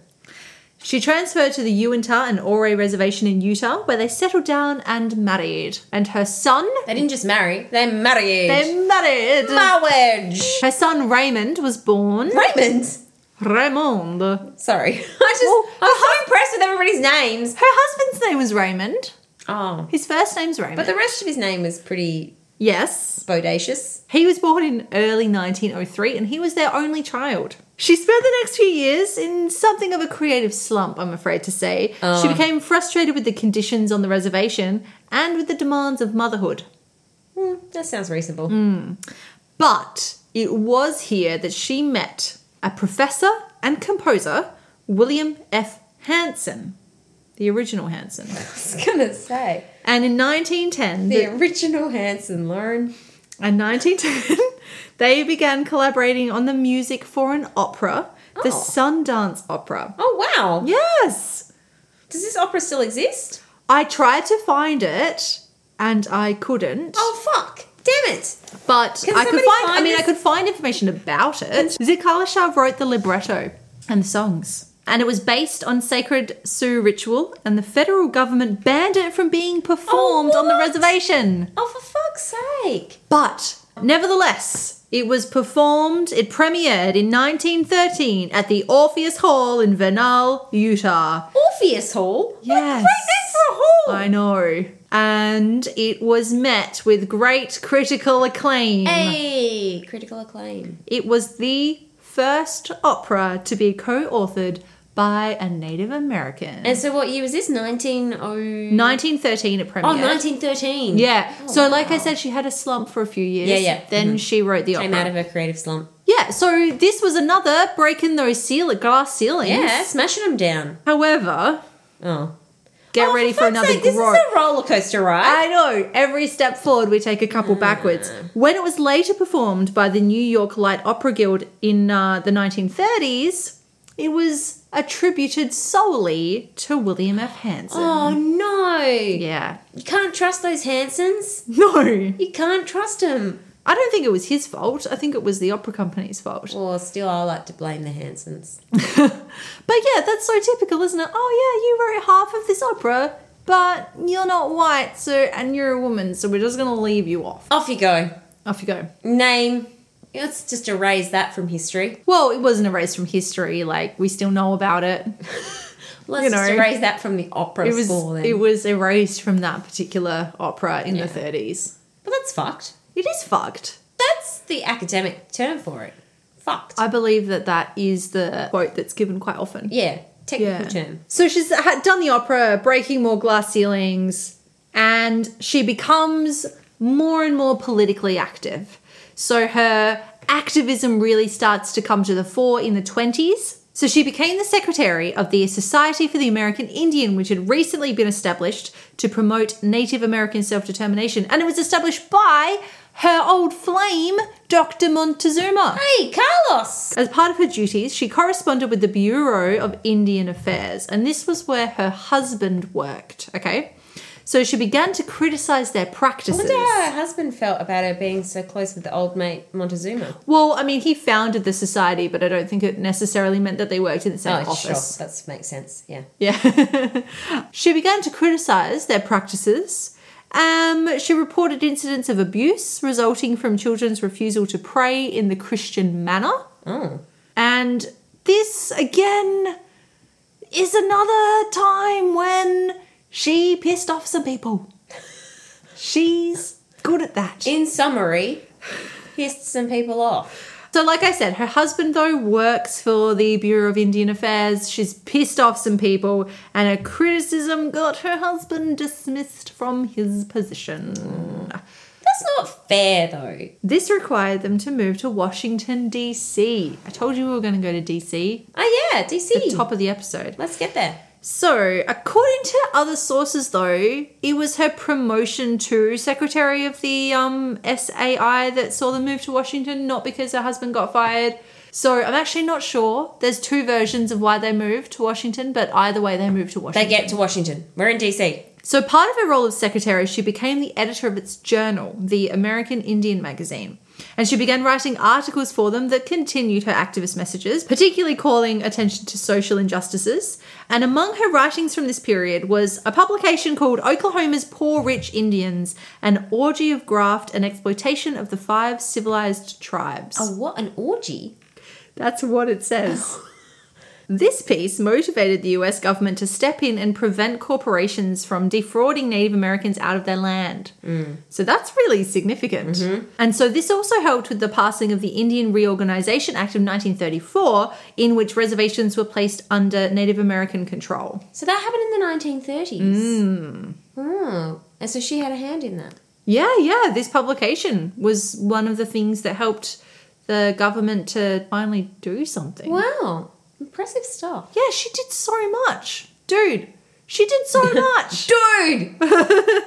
Speaker 3: She transferred to the Uintah and Ouray Reservation in Utah, where they settled down and married. And her son,
Speaker 2: They didn't just marry, they married.
Speaker 3: they married.
Speaker 2: Marriage.
Speaker 3: her son Raymond was born
Speaker 2: Raymond.
Speaker 3: Raymond. Her
Speaker 2: Sorry. <laughs> I just,
Speaker 3: Well,
Speaker 2: I'm so impressed with everybody's names.
Speaker 3: husband's name was Raymond.
Speaker 2: Oh.
Speaker 3: His first name's Raymond.
Speaker 2: But the rest of his name was pretty
Speaker 3: yes,
Speaker 2: bodacious.
Speaker 3: he was born in early 1903, and he was their only child. She spent the next few years in something of a creative slump, I'm afraid to say.
Speaker 2: Oh.
Speaker 3: She became frustrated with the conditions on the reservation and with the demands of motherhood.
Speaker 2: Hmm, that sounds reasonable.
Speaker 3: But it was here that she met a professor and composer, William F. Hanson, the original Hanson.
Speaker 2: <laughs> I was gonna say
Speaker 3: And in 1910,
Speaker 2: the original Hanson Lauren.
Speaker 3: and 1910, <laughs> they began collaborating on the music for an opera, the
Speaker 2: Oh.
Speaker 3: Sundance Opera.
Speaker 2: Oh wow!
Speaker 3: Yes,
Speaker 2: Does this opera still exist?
Speaker 3: I tried to find it and I couldn't.
Speaker 2: Oh fuck! Damn it!
Speaker 3: But
Speaker 2: Can
Speaker 3: I could
Speaker 2: somebody
Speaker 3: find, I
Speaker 2: find
Speaker 3: mean, I
Speaker 2: this?
Speaker 3: could find information about it. Zikalishav wrote the libretto and the songs. And it was based on sacred Sioux ritual, and the federal government banned it from being performed on the
Speaker 2: what?
Speaker 3: reservation.
Speaker 2: Oh for fuck's sake!
Speaker 3: But nevertheless, it was performed, it premiered in 1913 at the Orpheus Hall in Vernal, Utah.
Speaker 2: Orpheus Hall. What a
Speaker 3: Yes.
Speaker 2: great name for a hall.
Speaker 3: I know. And it was met with great critical acclaim.
Speaker 2: Hey, critical acclaim.
Speaker 3: It was the first opera to be co authored by a Native American.
Speaker 2: And so, what year was this? Nineteen oh.
Speaker 3: 1913 it premiered.
Speaker 2: Oh, 1913.
Speaker 3: Yeah.
Speaker 2: Oh,
Speaker 3: so, like I
Speaker 2: wow.
Speaker 3: said, she had a slump for a few years.
Speaker 2: Yeah, yeah. Mm-hmm.
Speaker 3: Then she wrote the
Speaker 2: Came
Speaker 3: opera.
Speaker 2: out of her creative slump.
Speaker 3: yeah. So, this was another breaking those seal- glass ceilings.
Speaker 2: Yeah, smashing them down.
Speaker 3: However,
Speaker 2: Oh.
Speaker 3: get
Speaker 2: Oh,
Speaker 3: ready for
Speaker 2: fuck's
Speaker 3: another
Speaker 2: sake,
Speaker 3: growth.
Speaker 2: This is a roller coaster ride.
Speaker 3: I know. Every step forward, we take a couple backwards. When it was later performed by the New York Light Opera Guild in uh, the 1930s, it was attributed solely to William F. Hanson.
Speaker 2: oh no!
Speaker 3: Yeah. <laughs>
Speaker 2: You can't trust those Hansons.
Speaker 3: No.
Speaker 2: You can't trust them.
Speaker 3: I don't think it was his fault. I think it was the opera company's fault.
Speaker 2: Well, still, I like to blame the Hansons.
Speaker 3: <laughs> But yeah, that's so typical, isn't it? Oh, yeah, you wrote half of this opera, but you're not white, so, and you're a woman, so we're just going to leave you off.
Speaker 2: Off you go.
Speaker 3: Off you go.
Speaker 2: Name. Let's just erase that from history.
Speaker 3: Well, it wasn't erased from history. Like, we still know about it.
Speaker 2: Let's
Speaker 3: You
Speaker 2: just
Speaker 3: know,
Speaker 2: erase that from the opera
Speaker 3: it was
Speaker 2: score then.
Speaker 3: it was erased from that particular opera in
Speaker 2: Yeah.
Speaker 3: the 30s.
Speaker 2: but that's fucked.
Speaker 3: It is fucked.
Speaker 2: That's the academic term for it. Fucked.
Speaker 3: I believe that that is the quote that's given quite often.
Speaker 2: yeah, technical term.
Speaker 3: So she's had done the opera, breaking more glass ceilings, and she becomes more and more politically active. So her activism really starts to come to the fore in the 20s. So she became the secretary of the Society for the American Indian, which had recently been established to promote Native American self determination. And it was established by her old flame, Dr. Montezuma.
Speaker 2: Hey, Carlos.
Speaker 3: As part of her duties, she corresponded with the Bureau of Indian Affairs, and this was where her husband worked, okay? so she began to criticize their
Speaker 2: I
Speaker 3: practices.
Speaker 2: wonder how her husband felt about her being so close with the old mate Montezuma.
Speaker 3: Well, I mean, he founded the society, but I don't think it necessarily meant that they worked in the same
Speaker 2: oh, sure,
Speaker 3: office.
Speaker 2: that makes sense. Yeah.
Speaker 3: Yeah. <laughs> she began to criticize their practices. Um, she reported incidents of abuse resulting from children's refusal to pray in the Christian manner.
Speaker 2: Oh,
Speaker 3: And this, again, is another time when she pissed off some people. She's good at that.
Speaker 2: in summary, pissed some people off.
Speaker 3: So, like I said, her husband, though, works for the Bureau of Indian Affairs. She's pissed off some people, and her criticism got her husband dismissed from his position.
Speaker 2: That's not fair, though.
Speaker 3: This required them to move to Washington, D.C. I told you we were going to go to D.C.
Speaker 2: Oh yeah, DC.
Speaker 3: The top of the episode.
Speaker 2: Let's get there.
Speaker 3: So, according to other sources, though, it was her promotion to secretary of the um, SAI that saw them move to Washington, not because her husband got fired. So, I'm actually not sure. There's two versions of why they moved to Washington, but either way, they moved to
Speaker 2: They
Speaker 3: Washington.
Speaker 2: get to Washington. We're in DC.
Speaker 3: So, part of her role as secretary, she became the editor of its journal, the American Indian Magazine. And she began writing articles for them that continued her activist messages, particularly calling attention to social injustices. And among her writings from this period was a publication called Oklahoma's Poor Rich Indians An Orgy of Graft and Exploitation of the Five Civilized Tribes.
Speaker 2: Oh, what an orgy!
Speaker 3: That's what it says. <laughs> this piece motivated the US government to step in and prevent corporations from defrauding Native Americans out of their land. So that's really significant. And so this also helped with the passing of the Indian Reorganization Act of 1934, in which reservations were placed under Native American control.
Speaker 2: So that happened in the 1930s. Oh, and so she had a hand in that.
Speaker 3: Yeah, yeah, this publication was one of the things that helped the government to finally do something.
Speaker 2: Wow, impressive stuff,
Speaker 3: Yeah, she did so much. Dude, she did so <laughs> much.
Speaker 2: dude.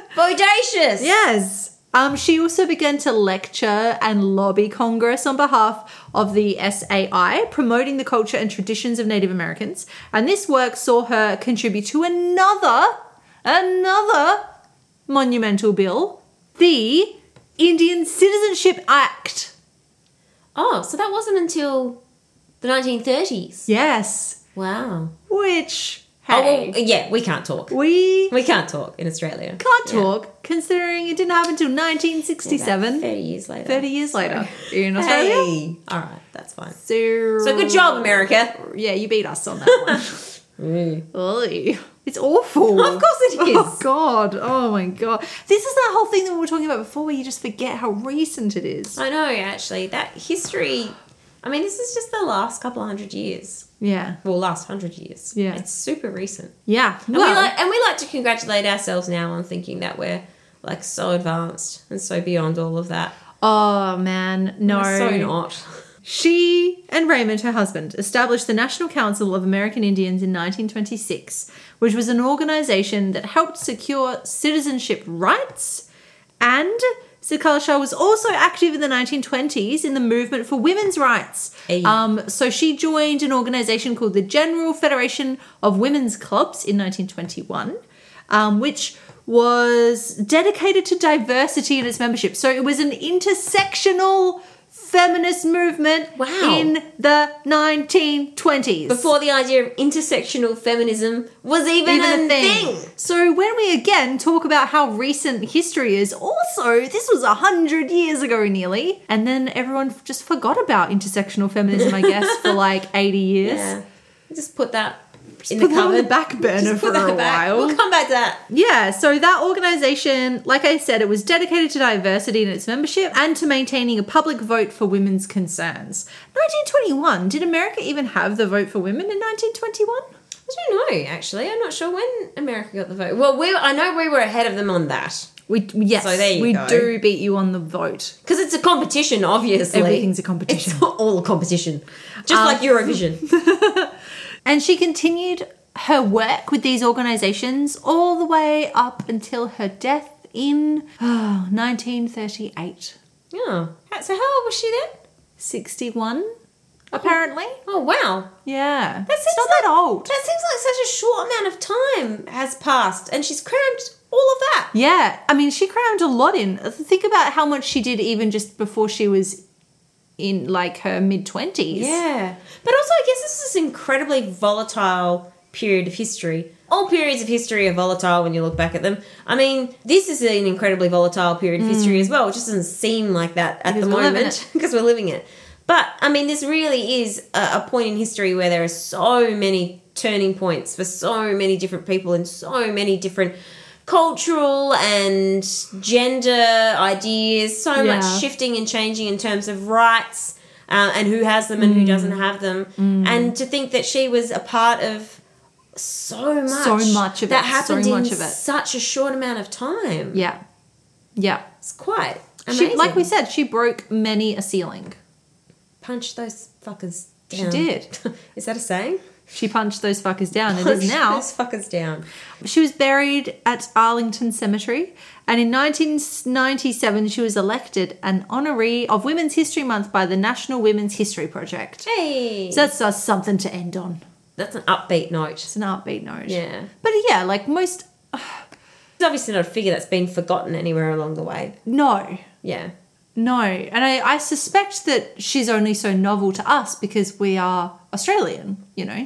Speaker 2: <laughs> Bodacious.
Speaker 3: yes. Um, she also began to lecture and lobby Congress on behalf of the SAI, promoting the culture and traditions of Native Americans. And this work saw her contribute to another, another monumental bill, the Indian Citizenship Act.
Speaker 2: Oh, so that wasn't until the 1930s.
Speaker 3: Yes.
Speaker 2: Wow.
Speaker 3: Which,
Speaker 2: Oh, well,
Speaker 3: hey,
Speaker 2: yeah, we can't
Speaker 3: Oh,
Speaker 2: talk.
Speaker 3: we
Speaker 2: We can't talk in Australia.
Speaker 3: can't
Speaker 2: Yeah.
Speaker 3: talk considering it didn't happen until
Speaker 2: About
Speaker 3: 1967.
Speaker 2: 30 years later.
Speaker 3: 30 years later in Australia.
Speaker 2: Hey. All right, that's fine.
Speaker 3: So,
Speaker 2: So good job, America.
Speaker 3: Yeah, you beat us on
Speaker 2: <laughs>
Speaker 3: that one. Oy. It's awful.
Speaker 2: Of course it is.
Speaker 3: Oh, God. Oh, my God. This is that whole thing that we were talking about before where you just forget how recent it is.
Speaker 2: I know, actually, that history. I mean, this is just the last couple of hundred years.
Speaker 3: Yeah.
Speaker 2: Well, last hundred years.
Speaker 3: Yeah.
Speaker 2: it's super recent.
Speaker 3: Yeah.
Speaker 2: And
Speaker 3: Well,
Speaker 2: we like, and we like to congratulate ourselves now on thinking that we're like so advanced and so beyond all of that.
Speaker 3: oh, man. No.
Speaker 2: We're so
Speaker 3: <laughs>
Speaker 2: not.
Speaker 3: She and Raymond, her husband, established the National Council of American Indians in 1926, which was an organization that helped secure citizenship rights. And Sikala Shah was also active in the 1920s in the movement for women's rights.
Speaker 2: Hey.
Speaker 3: Um, so she joined an organization called the General Federation of Women's Clubs in 1921, um, which was dedicated to diversity in its membership. So it was an intersectional feminist movement
Speaker 2: Wow.
Speaker 3: in the 1920s.
Speaker 2: Before the idea of intersectional feminism was even,
Speaker 3: even
Speaker 2: a,
Speaker 3: a thing.
Speaker 2: thing.
Speaker 3: So when we again talk about how recent history is, also this was a hundred years ago nearly, and then everyone just forgot about intersectional feminism, I guess, for like eighty years.
Speaker 2: <laughs> Yeah. Just put that in
Speaker 3: Put
Speaker 2: the
Speaker 3: that on
Speaker 2: cupboard.
Speaker 3: the back burner
Speaker 2: Just
Speaker 3: for
Speaker 2: put that
Speaker 3: a
Speaker 2: back.
Speaker 3: while.
Speaker 2: We'll come back to that.
Speaker 3: Yeah, so that organization, like I said, it was dedicated to diversity in its membership and to maintaining a public vote for women's concerns. 1921, did America even have the vote for women in 1921?
Speaker 2: I don't know, actually. I'm not sure when America got the vote. Well, we I know we were ahead of them on that.
Speaker 3: We yes,
Speaker 2: So there you
Speaker 3: we
Speaker 2: go.
Speaker 3: do beat you on the vote.
Speaker 2: Because it's a competition, obviously.
Speaker 3: Everything's a competition. Um,
Speaker 2: <laughs> It's all a competition. Just
Speaker 3: <laughs>
Speaker 2: like Eurovision.
Speaker 3: And she continued her work with these organizations all the way up until her death in oh, 1938.
Speaker 2: yeah. So how old was she then?
Speaker 3: 61? apparently.
Speaker 2: Oh, wow.
Speaker 3: Yeah.
Speaker 2: That
Speaker 3: it's
Speaker 2: seems
Speaker 3: not that old.
Speaker 2: That seems like such a short amount of time has passed, and she's crammed all of that.
Speaker 3: Yeah. I mean, she crammed a lot in. Think about how much she did even just before she was in like her mid 20s.
Speaker 2: Yeah. But also, I guess this is an incredibly volatile period of history. All periods of history are volatile when you look back at them. I mean, this is an incredibly volatile period of history as well. It just doesn't seem like that at
Speaker 3: Because
Speaker 2: the
Speaker 3: we're living
Speaker 2: moment because we're living it. But I mean, this really is a, a point in history where there are so many turning points for so many different people in so many different cultural and gender ideas, so much
Speaker 3: Yeah.
Speaker 2: shifting and changing in terms of rights uh, and who has them and
Speaker 3: Mm.
Speaker 2: who doesn't have them. And to think that she was a part of so much,
Speaker 3: So much of
Speaker 2: that
Speaker 3: it,
Speaker 2: happened
Speaker 3: so much
Speaker 2: in
Speaker 3: of it.
Speaker 2: such a short amount of time.
Speaker 3: Yeah. Yeah.
Speaker 2: It's quite amazing.
Speaker 3: She, like we said, she broke many a ceiling.
Speaker 2: punch those fuckers.
Speaker 3: She
Speaker 2: down.
Speaker 3: did.
Speaker 2: <laughs> Is that a saying?
Speaker 3: She punched those fuckers down. It
Speaker 2: <laughs> Punch
Speaker 3: is now.
Speaker 2: those fuckers down.
Speaker 3: She was buried at Arlington Cemetery, and in 1997, she was elected an honoree of Women's History Month by the National Women's History Project.
Speaker 2: Hey,
Speaker 3: So that's, that's something to end on.
Speaker 2: that's an upbeat note.
Speaker 3: It's an upbeat note.
Speaker 2: Yeah,
Speaker 3: But yeah, like most.
Speaker 2: it's obviously not a figure that's been forgotten anywhere along the way.
Speaker 3: No.
Speaker 2: Yeah,
Speaker 3: No. And I, I suspect that she's only so novel to us because we are Australian, you know?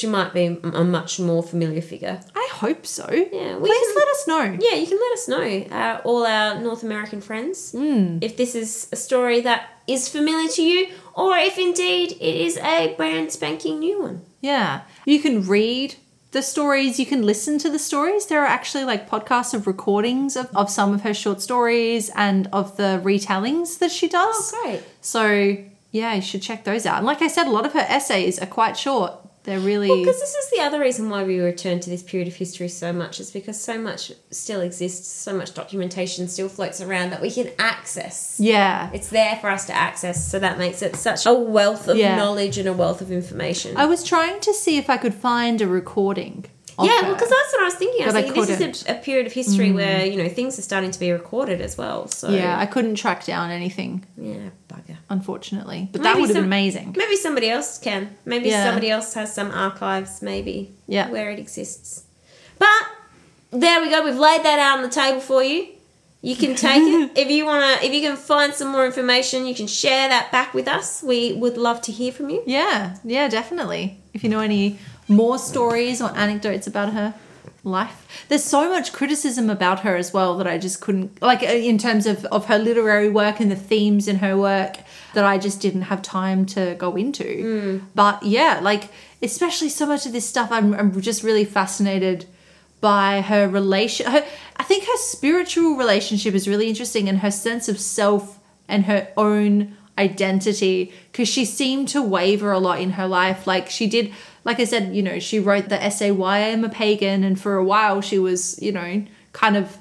Speaker 2: she might be m- a much more familiar figure.
Speaker 3: I hope so. Yeah,
Speaker 2: we
Speaker 3: Please
Speaker 2: can-
Speaker 3: let us know.
Speaker 2: Yeah, you can let us know, uh, all our North American friends,
Speaker 3: Hmm.
Speaker 2: if this is a story that is familiar to you, or if indeed it is a brand spanking new one.
Speaker 3: Yeah. You can read the stories, you can listen to the stories. There are actually like podcasts of recordings of, of some of her short stories and of the retellings that she does.
Speaker 2: Oh, great.
Speaker 3: So, yeah, you should check those out. And like I said, a lot of her essays are quite short. They're really.
Speaker 2: Because this is the other reason why we return to this period of history so much, is because so much still exists, so much documentation still floats around that we can access.
Speaker 3: yeah.
Speaker 2: It's there for us to access, so that makes it such a wealth of
Speaker 3: Yeah. Oh,
Speaker 2: knowledge and a wealth of information.
Speaker 3: I was trying to see if I could find a recording. of
Speaker 2: yeah,
Speaker 3: her.
Speaker 2: well, because that's what I was thinking. I was
Speaker 3: But I
Speaker 2: thinking this is
Speaker 3: couldn't.
Speaker 2: a, a period of history where you know things are starting to be recorded as well. So
Speaker 3: Yeah, I couldn't track down anything,
Speaker 2: yeah, bugger.
Speaker 3: unfortunately. But that
Speaker 2: Maybe
Speaker 3: would have been
Speaker 2: some-
Speaker 3: amazing.
Speaker 2: Maybe somebody else can. Maybe
Speaker 3: Yeah.
Speaker 2: somebody else has some archives, maybe.
Speaker 3: Yeah.
Speaker 2: Where it exists. But there we go. We've laid that out on the table for you. You can
Speaker 3: <laughs>
Speaker 2: take it. If you wanna if you can find some more information, you can share that back with us. We would love to hear from you.
Speaker 3: Yeah, yeah, definitely. If you know any more stories or anecdotes about her life, there's so much criticism about her as well that I just couldn't like uh, in terms of of her literary work and the themes in her work that I just didn't have time to go into. But yeah, like especially so much of this stuff, I'm, I'm just really fascinated by her relation. Her, I think her spiritual relationship is really interesting, and her sense of self and her own identity because she seemed to waver a lot in her life. Like she did, like I said, you know, she wrote the essay "Why I Am a Pagan," and for a while she was, you know, kind of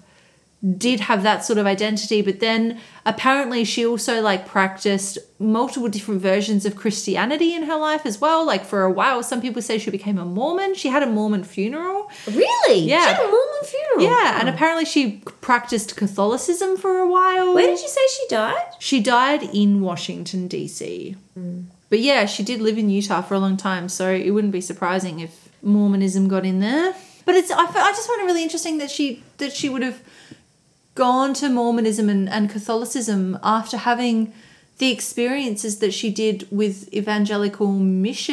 Speaker 3: did have that sort of identity but then apparently she also like practiced multiple different versions of christianity in her life as well like for a while some people say she became a mormon she had a mormon funeral
Speaker 2: Really?
Speaker 3: Yeah.
Speaker 2: She had a Mormon funeral.
Speaker 3: yeah, and apparently she practiced Catholicism for a while.
Speaker 2: Where did you say she died?
Speaker 3: she died in Washington D.C.
Speaker 2: Hmm.
Speaker 3: But yeah, she did live in Utah for a long time, so it wouldn't be surprising if Mormonism got in there. But it's I, f- I just find it really interesting that she that she would have gone to Mormonism and, and Catholicism after having the experiences that she did with evangelical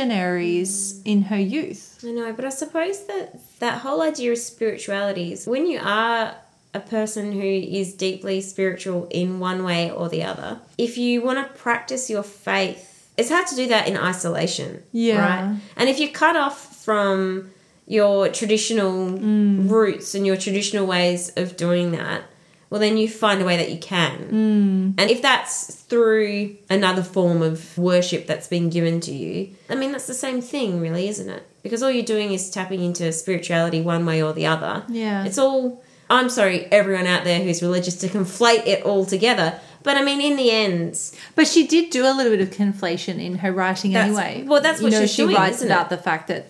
Speaker 3: missionaries in her youth.
Speaker 2: I know, but I suppose that that whole idea of spirituality is when you are a person who is deeply spiritual in one way or the other, if you want to practice your faith, it's hard to do that in isolation.
Speaker 3: Yeah.
Speaker 2: Right? And if you're cut off from your traditional roots and your traditional ways of doing that, well, then you find a way that you can. And if that's through another form of worship that's been given to you, I mean, that's the same thing, really, isn't it? Because all you're doing is tapping into spirituality one way or the other.
Speaker 3: Yeah.
Speaker 2: It's all, I'm sorry, everyone out there who's religious to conflate it all together. But I mean, in the end,
Speaker 3: But she did do a little bit of conflation in her writing
Speaker 2: That's-
Speaker 3: anyway.
Speaker 2: well, that's what
Speaker 3: you know,
Speaker 2: she's
Speaker 3: she
Speaker 2: doing,
Speaker 3: writes
Speaker 2: isn't
Speaker 3: about the fact that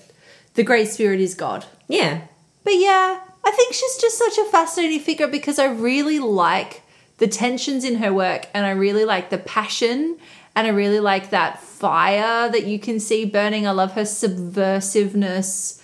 Speaker 3: the Great Spirit is God.
Speaker 2: yeah.
Speaker 3: But yeah, I think she's just such a fascinating figure because I really like the tensions in her work and I really like the passion And I really like that fire that you can see burning. I love her subversiveness.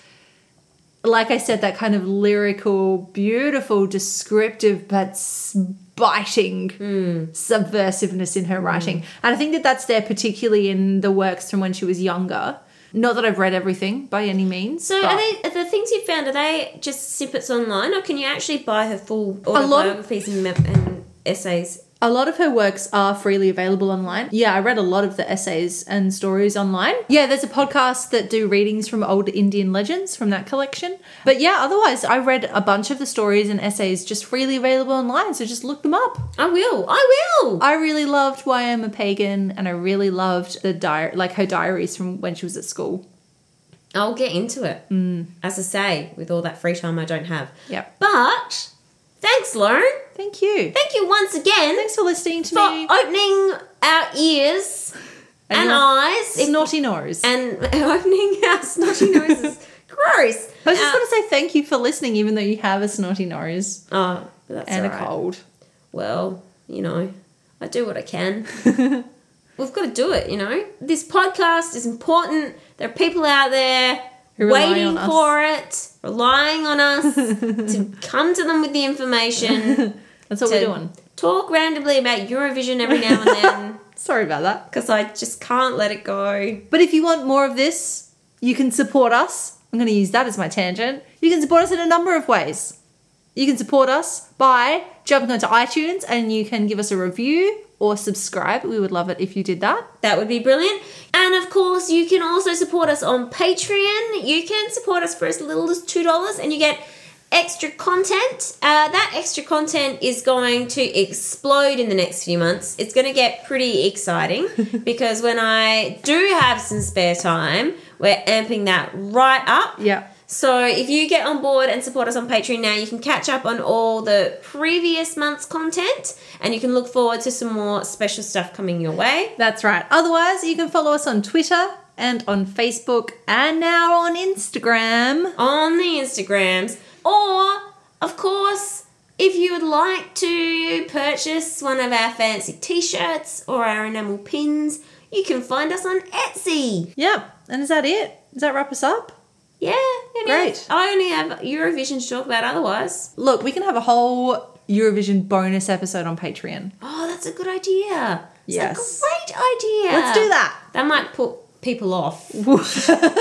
Speaker 3: Like I said, that kind of lyrical, beautiful, descriptive, but s- biting
Speaker 2: Hmm.
Speaker 3: subversiveness in her writing. And I think that that's there particularly in the works from when she was younger. Not that I've read everything by any means.
Speaker 2: So
Speaker 3: but-
Speaker 2: are they are the things you found? Are they just snippets online, or can you actually buy her full
Speaker 3: lot of-
Speaker 2: autobiographies and, mem- and essays?
Speaker 3: A lot of her works are freely available online. Yeah, I read a lot of the essays and stories online. Yeah, there's a podcast that do readings from old Indian legends from that collection. But yeah, otherwise, I read a bunch of the stories and essays just freely available online, so just look them up.
Speaker 2: I will. I will.
Speaker 3: I really loved Why I'm a Pagan, and I really loved the diary, like her diaries from when she was at school.
Speaker 2: I'll get into it.
Speaker 3: Mm.
Speaker 2: As I say, with all that free time I don't have.
Speaker 3: Yep.
Speaker 2: But thanks, Lauren.
Speaker 3: Thank you.
Speaker 2: Thank you once again
Speaker 3: Thanks for listening to
Speaker 2: for
Speaker 3: me.
Speaker 2: opening our ears and,
Speaker 3: your
Speaker 2: eyes if-
Speaker 3: snotty nose.
Speaker 2: and <laughs> opening our
Speaker 3: <laughs>
Speaker 2: snotty noses. Gross.
Speaker 3: I was just
Speaker 2: Uh,
Speaker 3: going to say thank you for listening, even though you have a snotty nose
Speaker 2: Oh, that's
Speaker 3: and a
Speaker 2: alright.
Speaker 3: cold.
Speaker 2: well, you know, I do what
Speaker 3: <laughs>
Speaker 2: I can. We've got to do it, you know. This podcast is important. There are people out there
Speaker 3: Who rely
Speaker 2: waiting
Speaker 3: on us.
Speaker 2: for it, relying on
Speaker 3: <laughs>
Speaker 2: us to come to them with the information.
Speaker 3: That's what
Speaker 2: to
Speaker 3: we're doing.
Speaker 2: Talk randomly about Eurovision every now and
Speaker 3: <laughs>
Speaker 2: then
Speaker 3: Sorry about that.
Speaker 2: because I just can't let it go.
Speaker 3: But if you want more of this, you can support us. I'm going to use that as my tangent. You can support us in a number of ways. You can support us by jumping onto iTunes and you can give us a review or subscribe. We would love it if you did that.
Speaker 2: That would be brilliant. And of course, you can also support us on Patreon. You can support us for as little as $2 and you get extra content. Uh, that extra content is going to explode in the next few months. It's going to get pretty exciting
Speaker 3: <laughs>
Speaker 2: because when I do have some spare time, we're amping that right up.
Speaker 3: Yeah.
Speaker 2: So if you get on board and support us on Patreon now, you can catch up on all the previous month's content and you can look forward to some more special stuff coming your way.
Speaker 3: That's right. Otherwise, you can follow us on Twitter and on Facebook and now on Instagram.
Speaker 2: on the Instagrams, or of course, if you would like to purchase one of our fancy t shirts or our enamel pins, you can find us on Etsy.
Speaker 3: Yeah. And is that it? Does that wrap us up?
Speaker 2: Yeah, any
Speaker 3: Great.
Speaker 2: I only have Eurovision to talk about otherwise.
Speaker 3: Look, we can have a whole Eurovision bonus episode on Patreon.
Speaker 2: Oh, that's a good idea. It's
Speaker 3: Yes.
Speaker 2: a great idea.
Speaker 3: Let's do that.
Speaker 2: That might put people off.
Speaker 3: <laughs>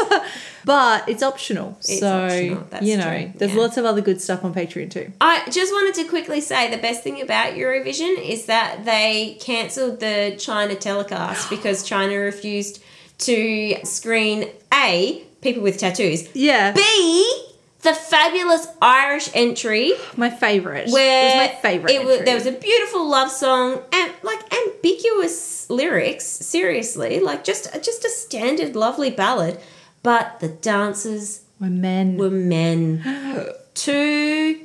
Speaker 3: but it's optional.
Speaker 2: It's
Speaker 3: so
Speaker 2: optional, that's
Speaker 3: you know,
Speaker 2: true,
Speaker 3: there's
Speaker 2: yeah.
Speaker 3: lots of other good stuff on Patreon too.
Speaker 2: I just wanted to quickly say the best thing about Eurovision is that they cancelled the
Speaker 3: <gasps>
Speaker 2: China telecast because China refused to screen A, people with tattoos,
Speaker 3: Yeah,
Speaker 2: B, the fabulous Irish entry
Speaker 3: my favorite.
Speaker 2: where
Speaker 3: it was my favorite.
Speaker 2: it was-
Speaker 3: entry.
Speaker 2: there was a beautiful love song and like ambiguous lyrics, seriously, like just just a standard lovely ballad, but the dancers
Speaker 3: We're men.
Speaker 2: were men. Two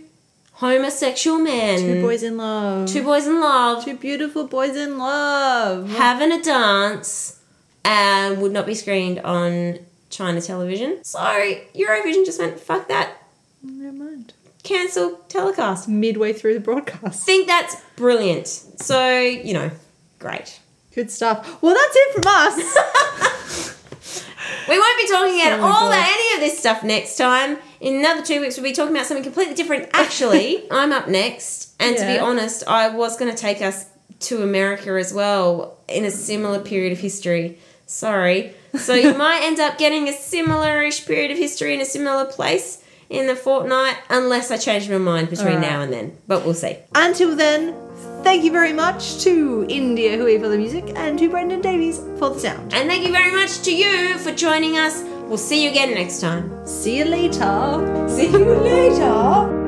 Speaker 2: homosexual men.
Speaker 3: two boys in love.
Speaker 2: Two boys in love.
Speaker 3: Two beautiful boys in love.
Speaker 2: Having a dance and would not be screened on China television. So Eurovision just went, fuck that.
Speaker 3: Never mind.
Speaker 2: Cancel telecast.
Speaker 3: Midway through the broadcast.
Speaker 2: Think that's brilliant. So, you know, great.
Speaker 3: Good stuff. Well, that's it from
Speaker 2: <laughs>
Speaker 3: us.
Speaker 2: We won't be talking about
Speaker 3: Oh my
Speaker 2: all
Speaker 3: God.
Speaker 2: about any of this stuff next time. In another two weeks, we'll be talking about something completely different.
Speaker 3: <laughs>
Speaker 2: Actually, I'm up next, and to be
Speaker 3: Yeah.
Speaker 2: honest, I was going to take us to America as well in a similar period of history. Sorry.
Speaker 3: <laughs>
Speaker 2: So you might end up getting a similar-ish period of history in a similar place in the fortnight, unless I change my mind between
Speaker 3: Alright.
Speaker 2: now and then. But we'll see.
Speaker 3: Until then, thank you very much to India Hui for the music and to Brendan Davies for the sound.
Speaker 2: And thank you very much to you for joining us. We'll see you again next time.
Speaker 3: See you later. See you later.